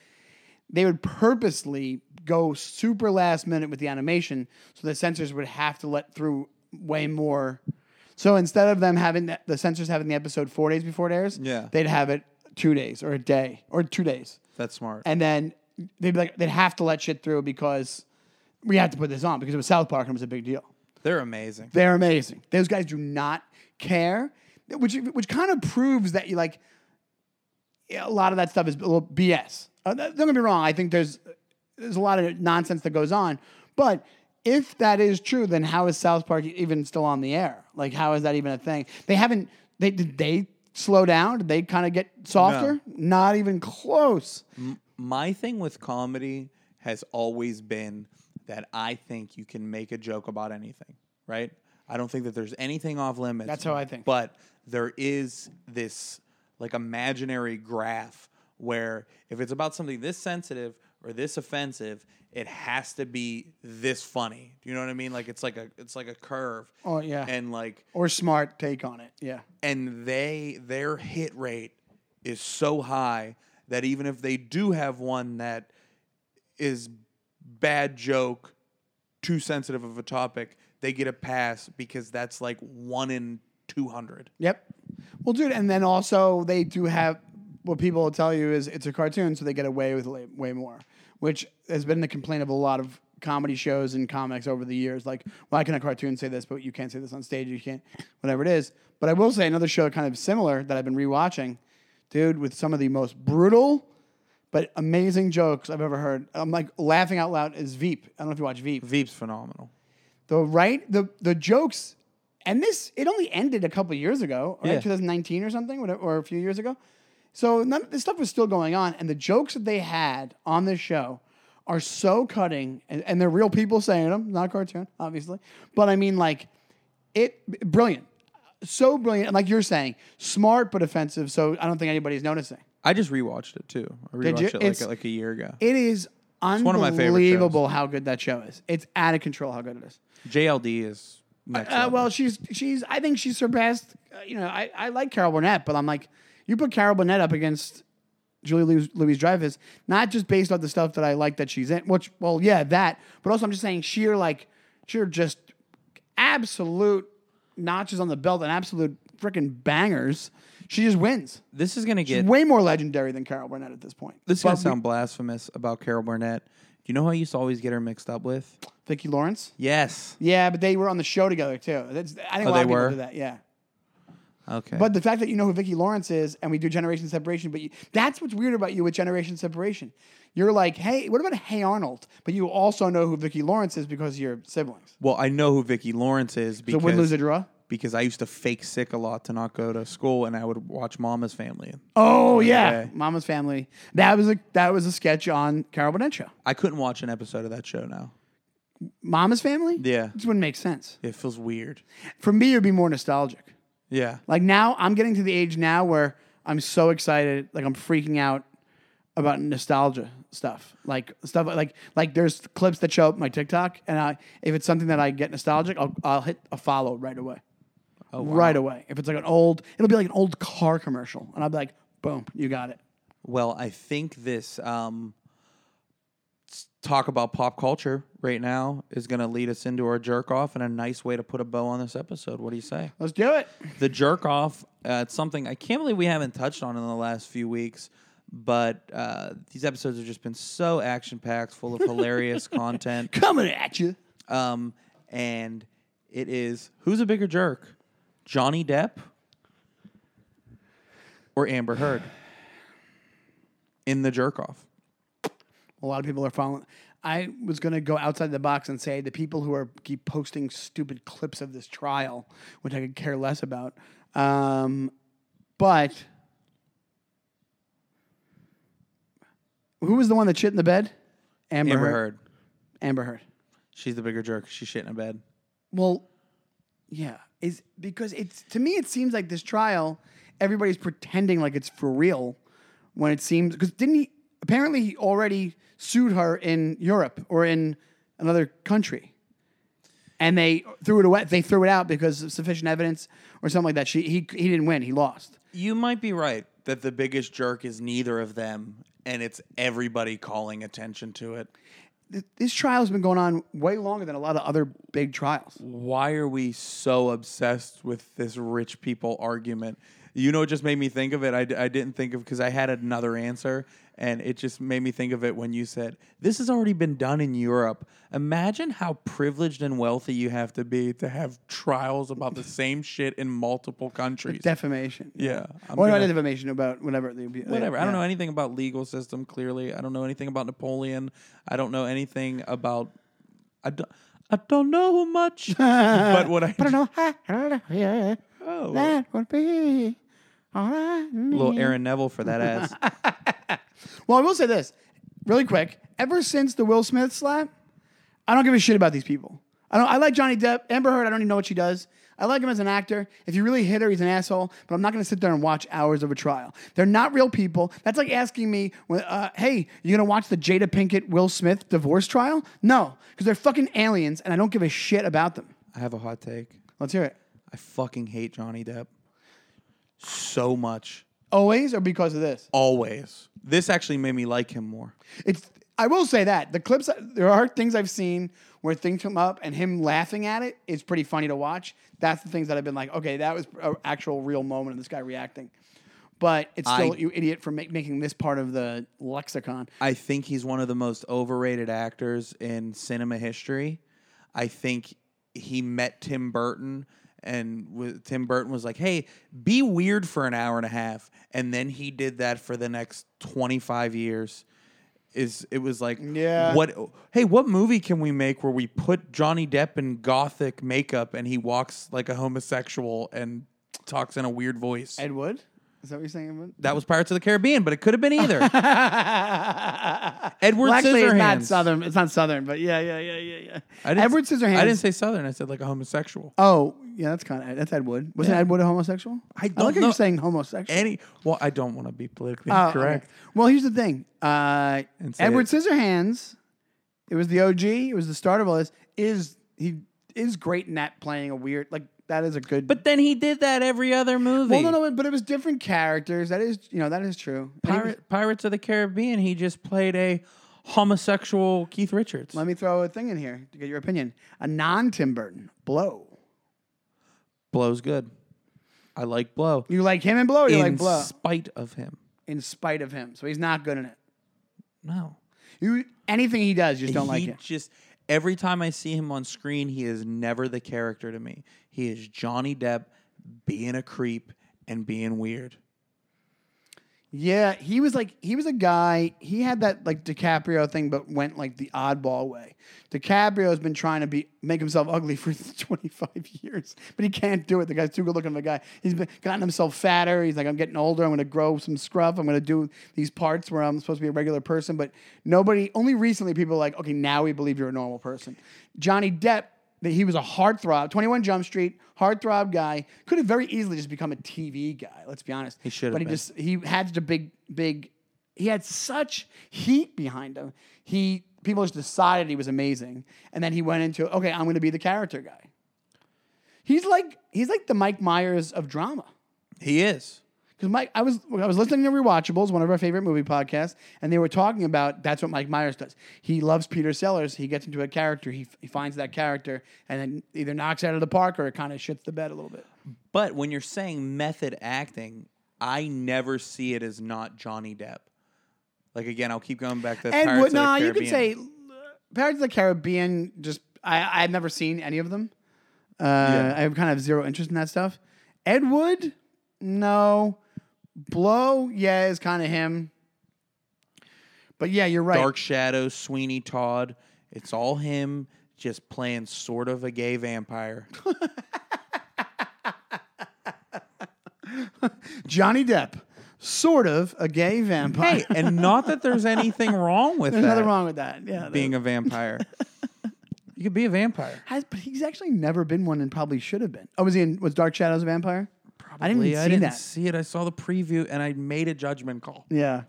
Speaker 2: they would purposely go super last minute with the animation so the censors would have to let through way more. So instead of them having the, the censors having the episode four days before it airs,
Speaker 1: Yeah.
Speaker 2: they'd have it two days or a day or two days.
Speaker 1: That's smart.
Speaker 2: And then they'd be like, they'd have to let shit through because we had to put this on because it was South Park and it was a big deal.
Speaker 1: They're amazing.
Speaker 2: They're amazing. Those guys do not care, which which kind of proves that you like yeah, a lot of that stuff is a little BS. Uh, th- don't get me wrong. I think there's there's a lot of nonsense that goes on, but if that is true, then how is South Park even still on the air? Like, how is that even a thing? They haven't. They did they slow down? Did they kind of get softer? Not even close.
Speaker 1: my thing with comedy has always been that I think you can make a joke about anything, right? I don't think that there's anything off limits.
Speaker 2: That's how I think.
Speaker 1: But there is this like imaginary graph where if it's about something this sensitive or this offensive, it has to be this funny. Do you know what I mean? Like it's like a it's like a curve.
Speaker 2: Oh, yeah.
Speaker 1: And like
Speaker 2: Or smart take on it. Yeah.
Speaker 1: and they their hit rate is so high that even if they do have one that is bad joke, too sensitive of a topic, they get a pass because that's like one in two hundred.
Speaker 2: Yep. Well, dude, and then also they do have what people will tell you is it's a cartoon, so they get away with la- way more, which has been the complaint of a lot of comedy shows and comics over the years. Like, why can a cartoon say this, but you can't say this on stage? You can't, whatever it is. But I will say another show kind of similar that I've been rewatching, dude, with some of the most brutal but amazing jokes I've ever heard. I'm like laughing out loud is Veep. I don't know if you watch Veep
Speaker 1: Veep's phenomenal.
Speaker 2: the right the the jokes and this it only ended a couple years ago right
Speaker 1: Yeah.
Speaker 2: 2019 or something whatever, or a few years ago so none, this stuff was still going on and the jokes that they had on this show are so cutting and, and they're real people saying them not a cartoon obviously but i mean like It brilliant, so brilliant, and like you're saying, smart but offensive. So I don't think anybody's noticinging.
Speaker 1: I just rewatched it too. I
Speaker 2: Did
Speaker 1: rewatched
Speaker 2: you?
Speaker 1: it
Speaker 2: It's-
Speaker 1: like, like a year ago.
Speaker 2: It is
Speaker 1: one of my favorite shows.
Speaker 2: unbelievable how good that show is. It's out of control how good it is.
Speaker 1: JLD is next.
Speaker 2: Uh,
Speaker 1: level.
Speaker 2: well, she's she's. I think she's surpassed. Uh, you know, I, I like Carol Burnett, but I'm like, you put Carol Burnett up against Julie Louise Dreyfus, not just based off the stuff that I like that she's in. Which, well, yeah, that. But also, I'm just saying sheer like sheer just absolute notches on the belt and absolute freaking bangers. She just wins.
Speaker 1: this is gonna get
Speaker 2: Way more legendary than Carol Burnett at this point.
Speaker 1: this is gonna
Speaker 2: But we-
Speaker 1: sound blasphemous about Carol Burnett. You know who I used to always get her mixed up with?
Speaker 2: Vicki Lawrence.
Speaker 1: Yes.
Speaker 2: Yeah, but they were on the show together too. That's, I think a
Speaker 1: Oh,
Speaker 2: lot
Speaker 1: they
Speaker 2: of people
Speaker 1: were?
Speaker 2: do that. Yeah.
Speaker 1: Okay.
Speaker 2: But the fact that you know who Vicki Lawrence is and we do generation separation, but you, that's what's weird about you with generation separation. You're like, hey, what about Hey Arnold? But you also know who Vicki Lawrence is because of your siblings.
Speaker 1: well, I know who Vicki Lawrence is
Speaker 2: So
Speaker 1: because
Speaker 2: win, lose, or draw?
Speaker 1: because I used to fake sick a lot to not go to school, and I would watch Mama's Family.
Speaker 2: Oh yeah,
Speaker 1: Okay.
Speaker 2: Mama's Family. That was a that was a sketch on Carol Burnett show.
Speaker 1: I couldn't watch an episode of that show now.
Speaker 2: Mama's Family.
Speaker 1: Yeah.
Speaker 2: just wouldn't make sense
Speaker 1: It feels weird.
Speaker 2: for me. It'd be more nostalgic.
Speaker 1: Yeah.
Speaker 2: Like now, I'm getting to the age now where I'm so excited, like I'm freaking out about nostalgia stuff, like stuff like like there's clips that show up on my TikTok, and I if it's something that I get nostalgic, I'll I'll hit a follow right away, right away. If it's like an old, it'll be like an old car commercial, and I'll be like, boom, you got it.
Speaker 1: Well, I think this um, s- talk about pop culture right now is going to lead us into our jerk off and a nice way to put a bow on this episode. What do you say?
Speaker 2: Let's do it.
Speaker 1: the jerk off, uh, it's something I can't believe we haven't touched on in the last few weeks, but uh, these episodes have just been so action packed, full of hilarious content.
Speaker 2: Coming at you.
Speaker 1: Um, and it is who's a bigger jerk, Johnny Depp or Amber Heard in the jerk off?
Speaker 2: A lot of people are following. I was going to go outside the box and say the people who are keep posting stupid clips of this trial, which I could care less about. Um, but who was the one that shit in the bed? Amber,
Speaker 1: Amber
Speaker 2: Heard.
Speaker 1: Heard.
Speaker 2: Amber Heard.
Speaker 1: She's the bigger jerk. She's shitting a bed.
Speaker 2: Well, yeah, is because it's to me it seems like this trial, everybody's pretending like it's for real, when it seems because didn't he apparently he already sued her in Europe or in another country, and they threw it away. They threw it out because of sufficient evidence or something like that. She he he didn't win. He lost.
Speaker 1: You might be right that the biggest jerk is neither of them, and it's everybody calling attention to it.
Speaker 2: Th- This trial has been going on way longer than a lot of other big trials.
Speaker 1: why are we so obsessed with this rich people argument? You know, it just made me think of it. I, d- I didn't think of because I had another answer, and it just made me think of it when you said, This has already been done in Europe. Imagine how privileged and wealthy you have to be to have trials about the same shit in multiple countries.
Speaker 2: Defamation.
Speaker 1: yeah. I'm
Speaker 2: Or not
Speaker 1: gonna-
Speaker 2: defamation about whatever. the abu-
Speaker 1: whatever. I
Speaker 2: yeah.
Speaker 1: don't know anything about legal system. Clearly, I don't know anything about Napoleon. I don't know anything about. I don't. I don't know much. but what I,
Speaker 2: I don't know. I don't know. Yeah.
Speaker 1: Oh.
Speaker 2: That would be all I need.
Speaker 1: little Aaron Neville for that ass.
Speaker 2: Well, I will say this really quick. Ever since the Will Smith slap, I don't give a shit about these people. I don't. I like Johnny Depp. Amber Heard. I don't even know what she does. I like him as an actor. If you really hit her, he's an asshole. But I'm not going to sit there and watch hours of a trial. They're not real people. That's like asking me, when, uh, "Hey, you going to watch the Jada Pinkett Will Smith divorce trial?" No, because they're fucking aliens, and I don't give a shit about them.
Speaker 1: I have a hot take.
Speaker 2: Let's hear it.
Speaker 1: I fucking hate Johnny Depp so much.
Speaker 2: Always or because of this?
Speaker 1: Always. This actually made me like him more.
Speaker 2: It's. I will say that the clips. There are things I've seen where things come up, and him laughing at it is pretty funny to watch. That's the things that I've been like, okay, that was an actual real moment of this guy reacting. But it's still
Speaker 1: I-
Speaker 2: you idiot for ma- making this part of the lexicon.
Speaker 1: I think he's one of the most overrated actors in cinema history. I think he met Tim Burton and w- Tim Burton was like, "Hey, be weird for an hour and a half." And then he did that for the next 25 years. Is it was like,
Speaker 2: Yeah.
Speaker 1: what hey, what movie can we make where we put Johnny Depp in gothic makeup and he walks like a homosexual and talks in a weird voice?
Speaker 2: Ed Wood, is that what you're saying? Ed Wood?
Speaker 1: that was Pirates of the Caribbean, but it could have been either. Edward
Speaker 2: Well, actually, it's not
Speaker 1: Scissorhands.
Speaker 2: southern. It's not southern, but yeah, yeah, yeah, yeah, yeah.
Speaker 1: I didn't-
Speaker 2: Edward Scissorhands.
Speaker 1: I didn't say Southern. I said like a homosexual.
Speaker 2: Oh, Yeah, that's kind of that's Ed Wood. Wasn't Ed Wood a homosexual?
Speaker 1: I
Speaker 2: I
Speaker 1: don't
Speaker 2: like how
Speaker 1: know
Speaker 2: you're saying homosexual.
Speaker 1: any. Well, I don't want to be politically
Speaker 2: Oh, okay.
Speaker 1: correct.
Speaker 2: Well, here's the thing. Uh,
Speaker 1: And say
Speaker 2: Edward
Speaker 1: it.
Speaker 2: Scissorhands, it was the OG. It was the start of all this. Is he is great in that playing a weird like that is a good.
Speaker 1: But then he did that every other movie.
Speaker 2: well, no, no, but it was different characters. That is you know that is true. And he was-
Speaker 1: Pirate, Pirates of the Caribbean. He just played a homosexual Keith Richards.
Speaker 2: Let me throw a thing in here to get your opinion. A non Tim Burton blow.
Speaker 1: Blow's good. I like Blow.
Speaker 2: You like him and blow. Or you
Speaker 1: in
Speaker 2: like blow
Speaker 1: spite of him.
Speaker 2: in spite of him. So he's not good in it.
Speaker 1: No.
Speaker 2: You anything he does, you just don't like
Speaker 1: he
Speaker 2: it.
Speaker 1: just every time I see him on screen, he is never the character to me. He is Johnny Depp being a creep and being weird.
Speaker 2: Yeah, he was like he was a guy. He had that like DiCaprio thing, but went like the oddball way. DiCaprio has been trying to be make himself ugly for 25 years, but he can't do it. The guy's too good looking of a guy. He's been gotten himself fatter. He's like, I'm getting older. I'm going to grow some scruff. I'm going to do these parts where I'm supposed to be a regular person. But nobody. Only recently, people are like, okay, now we believe you're a normal person. Johnny Depp. That he was a heartthrob, 21 Jump Street, heartthrob guy. Could have very easily just become a TV guy. Let's be honest. He
Speaker 1: should have
Speaker 2: But he
Speaker 1: been.
Speaker 2: just he had such a big, big, he had such heat behind him. He people just decided he was amazing, and then he went into okay, I'm going to be the character guy. He's like he's like the Mike Myers of drama.
Speaker 1: He is.
Speaker 2: Because Mike, I was I was listening to Rewatchables, one of our favorite movie podcasts, and they were talking about that's what Mike Myers does. He loves Peter Sellers. He gets into a character. He, he finds that character and then either knocks it out of the park or it kind of shits the bed a little bit.
Speaker 1: But when you're saying method acting, I never see it as not Johnny Depp. Like again, I'll keep going back to
Speaker 2: And
Speaker 1: Pirates
Speaker 2: what,
Speaker 1: of the
Speaker 2: nah, you
Speaker 1: Caribbean.
Speaker 2: could say Pirates of the Caribbean. Just I, I've never seen any of them. Uh, I have kind of zero interest in that stuff. Ed Wood, no. Blow, yeah, is kind of him. But yeah, you're right.
Speaker 1: Dark Shadow, Sweeney Todd. It's all him just playing sort of a gay vampire.
Speaker 2: Johnny Depp, sort of a gay vampire.
Speaker 1: hey, and not that there's anything wrong with
Speaker 2: There's
Speaker 1: that,
Speaker 2: nothing wrong with that. Yeah,
Speaker 1: being a vampire. you could be a vampire.
Speaker 2: has, but he's actually never been one, and probably should have been. Oh, was he in? Was Dark Shadows a vampire? I didn't even
Speaker 1: Yeah,
Speaker 2: see
Speaker 1: I didn't
Speaker 2: that.
Speaker 1: see it. I saw the preview and I made a judgment call.
Speaker 2: Yeah.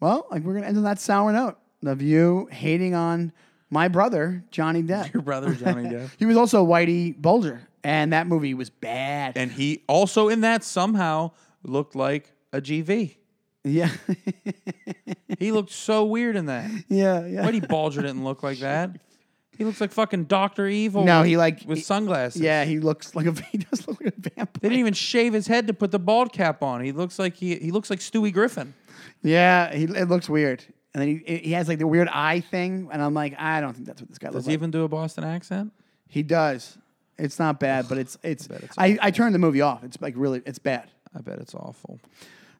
Speaker 2: Well, like we're gonna end on that sour note of you hating on my brother Johnny Depp.
Speaker 1: Your brother Johnny Depp.
Speaker 2: He was also Whitey Bulger, and that movie was bad.
Speaker 1: And he also in that somehow looked like a GV.
Speaker 2: yeah,
Speaker 1: He looked so weird in that.
Speaker 2: yeah, yeah.
Speaker 1: Whitey Bulger didn't look like that. He looks like fucking Doctor Evil.
Speaker 2: No,
Speaker 1: with-
Speaker 2: he like-
Speaker 1: with
Speaker 2: he-
Speaker 1: sunglasses.
Speaker 2: yeah, he looks like a he does look like a vampire.
Speaker 1: They didn't even shave his head to put the bald cap on. He looks like he he looks like Stewie Griffin.
Speaker 2: Yeah, he it looks weird, and then he he has like the weird eye thing, and I'm like, I don't think that's what this guy
Speaker 1: Does
Speaker 2: looks
Speaker 1: he
Speaker 2: like.
Speaker 1: even do a Boston accent?
Speaker 2: He does. It's not bad, but it's it's.
Speaker 1: it's
Speaker 2: I I turned the movie off. It's like really, it's bad.
Speaker 1: I bet it's awful.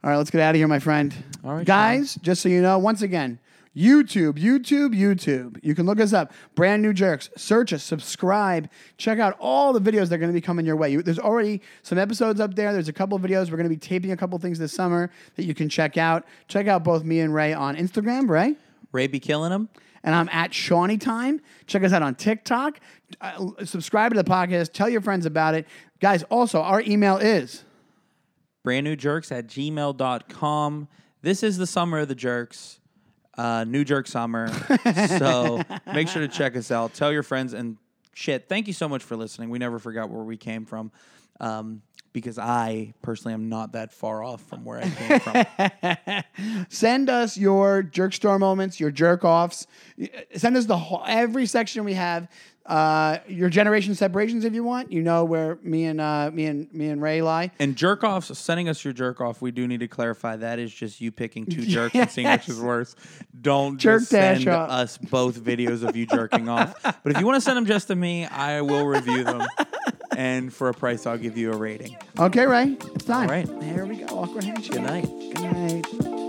Speaker 2: All right, let's get out of here, my friend.
Speaker 1: All right,
Speaker 2: guys. Just so you know, once again, YouTube, YouTube, YouTube. You can look us up. Brand new jerks. Search us. Subscribe. Check out all the videos that are going to be coming your way. You, there's already some episodes up there. There's a couple of videos. We're going to be taping a couple things this summer that you can check out. Check out both me and Ray on Instagram. Ray.
Speaker 1: Ray be killing him.
Speaker 2: and I'm at Shawnee Time. Check us out on TikTok. Uh, l- subscribe to the podcast. Tell your friends about it. Guys, also, our email is
Speaker 1: brand new jerks at gmail.com this is the summer of the jerks uh, new jerk summer so make sure to check us out tell your friends and shit thank you so much for listening we never forgot where we came from um, because i personally am not that far off from where i came from
Speaker 2: send us your jerk store moments, your jerk offs. Y- Send us the whole, every section we have. Uh, your generation separations, if you want. You know where me and uh, me and me and Ray lie.
Speaker 1: and jerk offs sending us your jerk off we do need to clarify that is just you picking two jerks and seeing which is
Speaker 2: Yes.
Speaker 1: worse don't
Speaker 2: Jerk
Speaker 1: just
Speaker 2: dash
Speaker 1: send
Speaker 2: off.
Speaker 1: us both videos of you jerking off but if you want to send them just to me i will review them and for a price i'll give you a rating
Speaker 2: Okay, Ray. It's time.
Speaker 1: All right.
Speaker 2: There we go. Awkward handshake.
Speaker 1: Good night.
Speaker 2: Good night.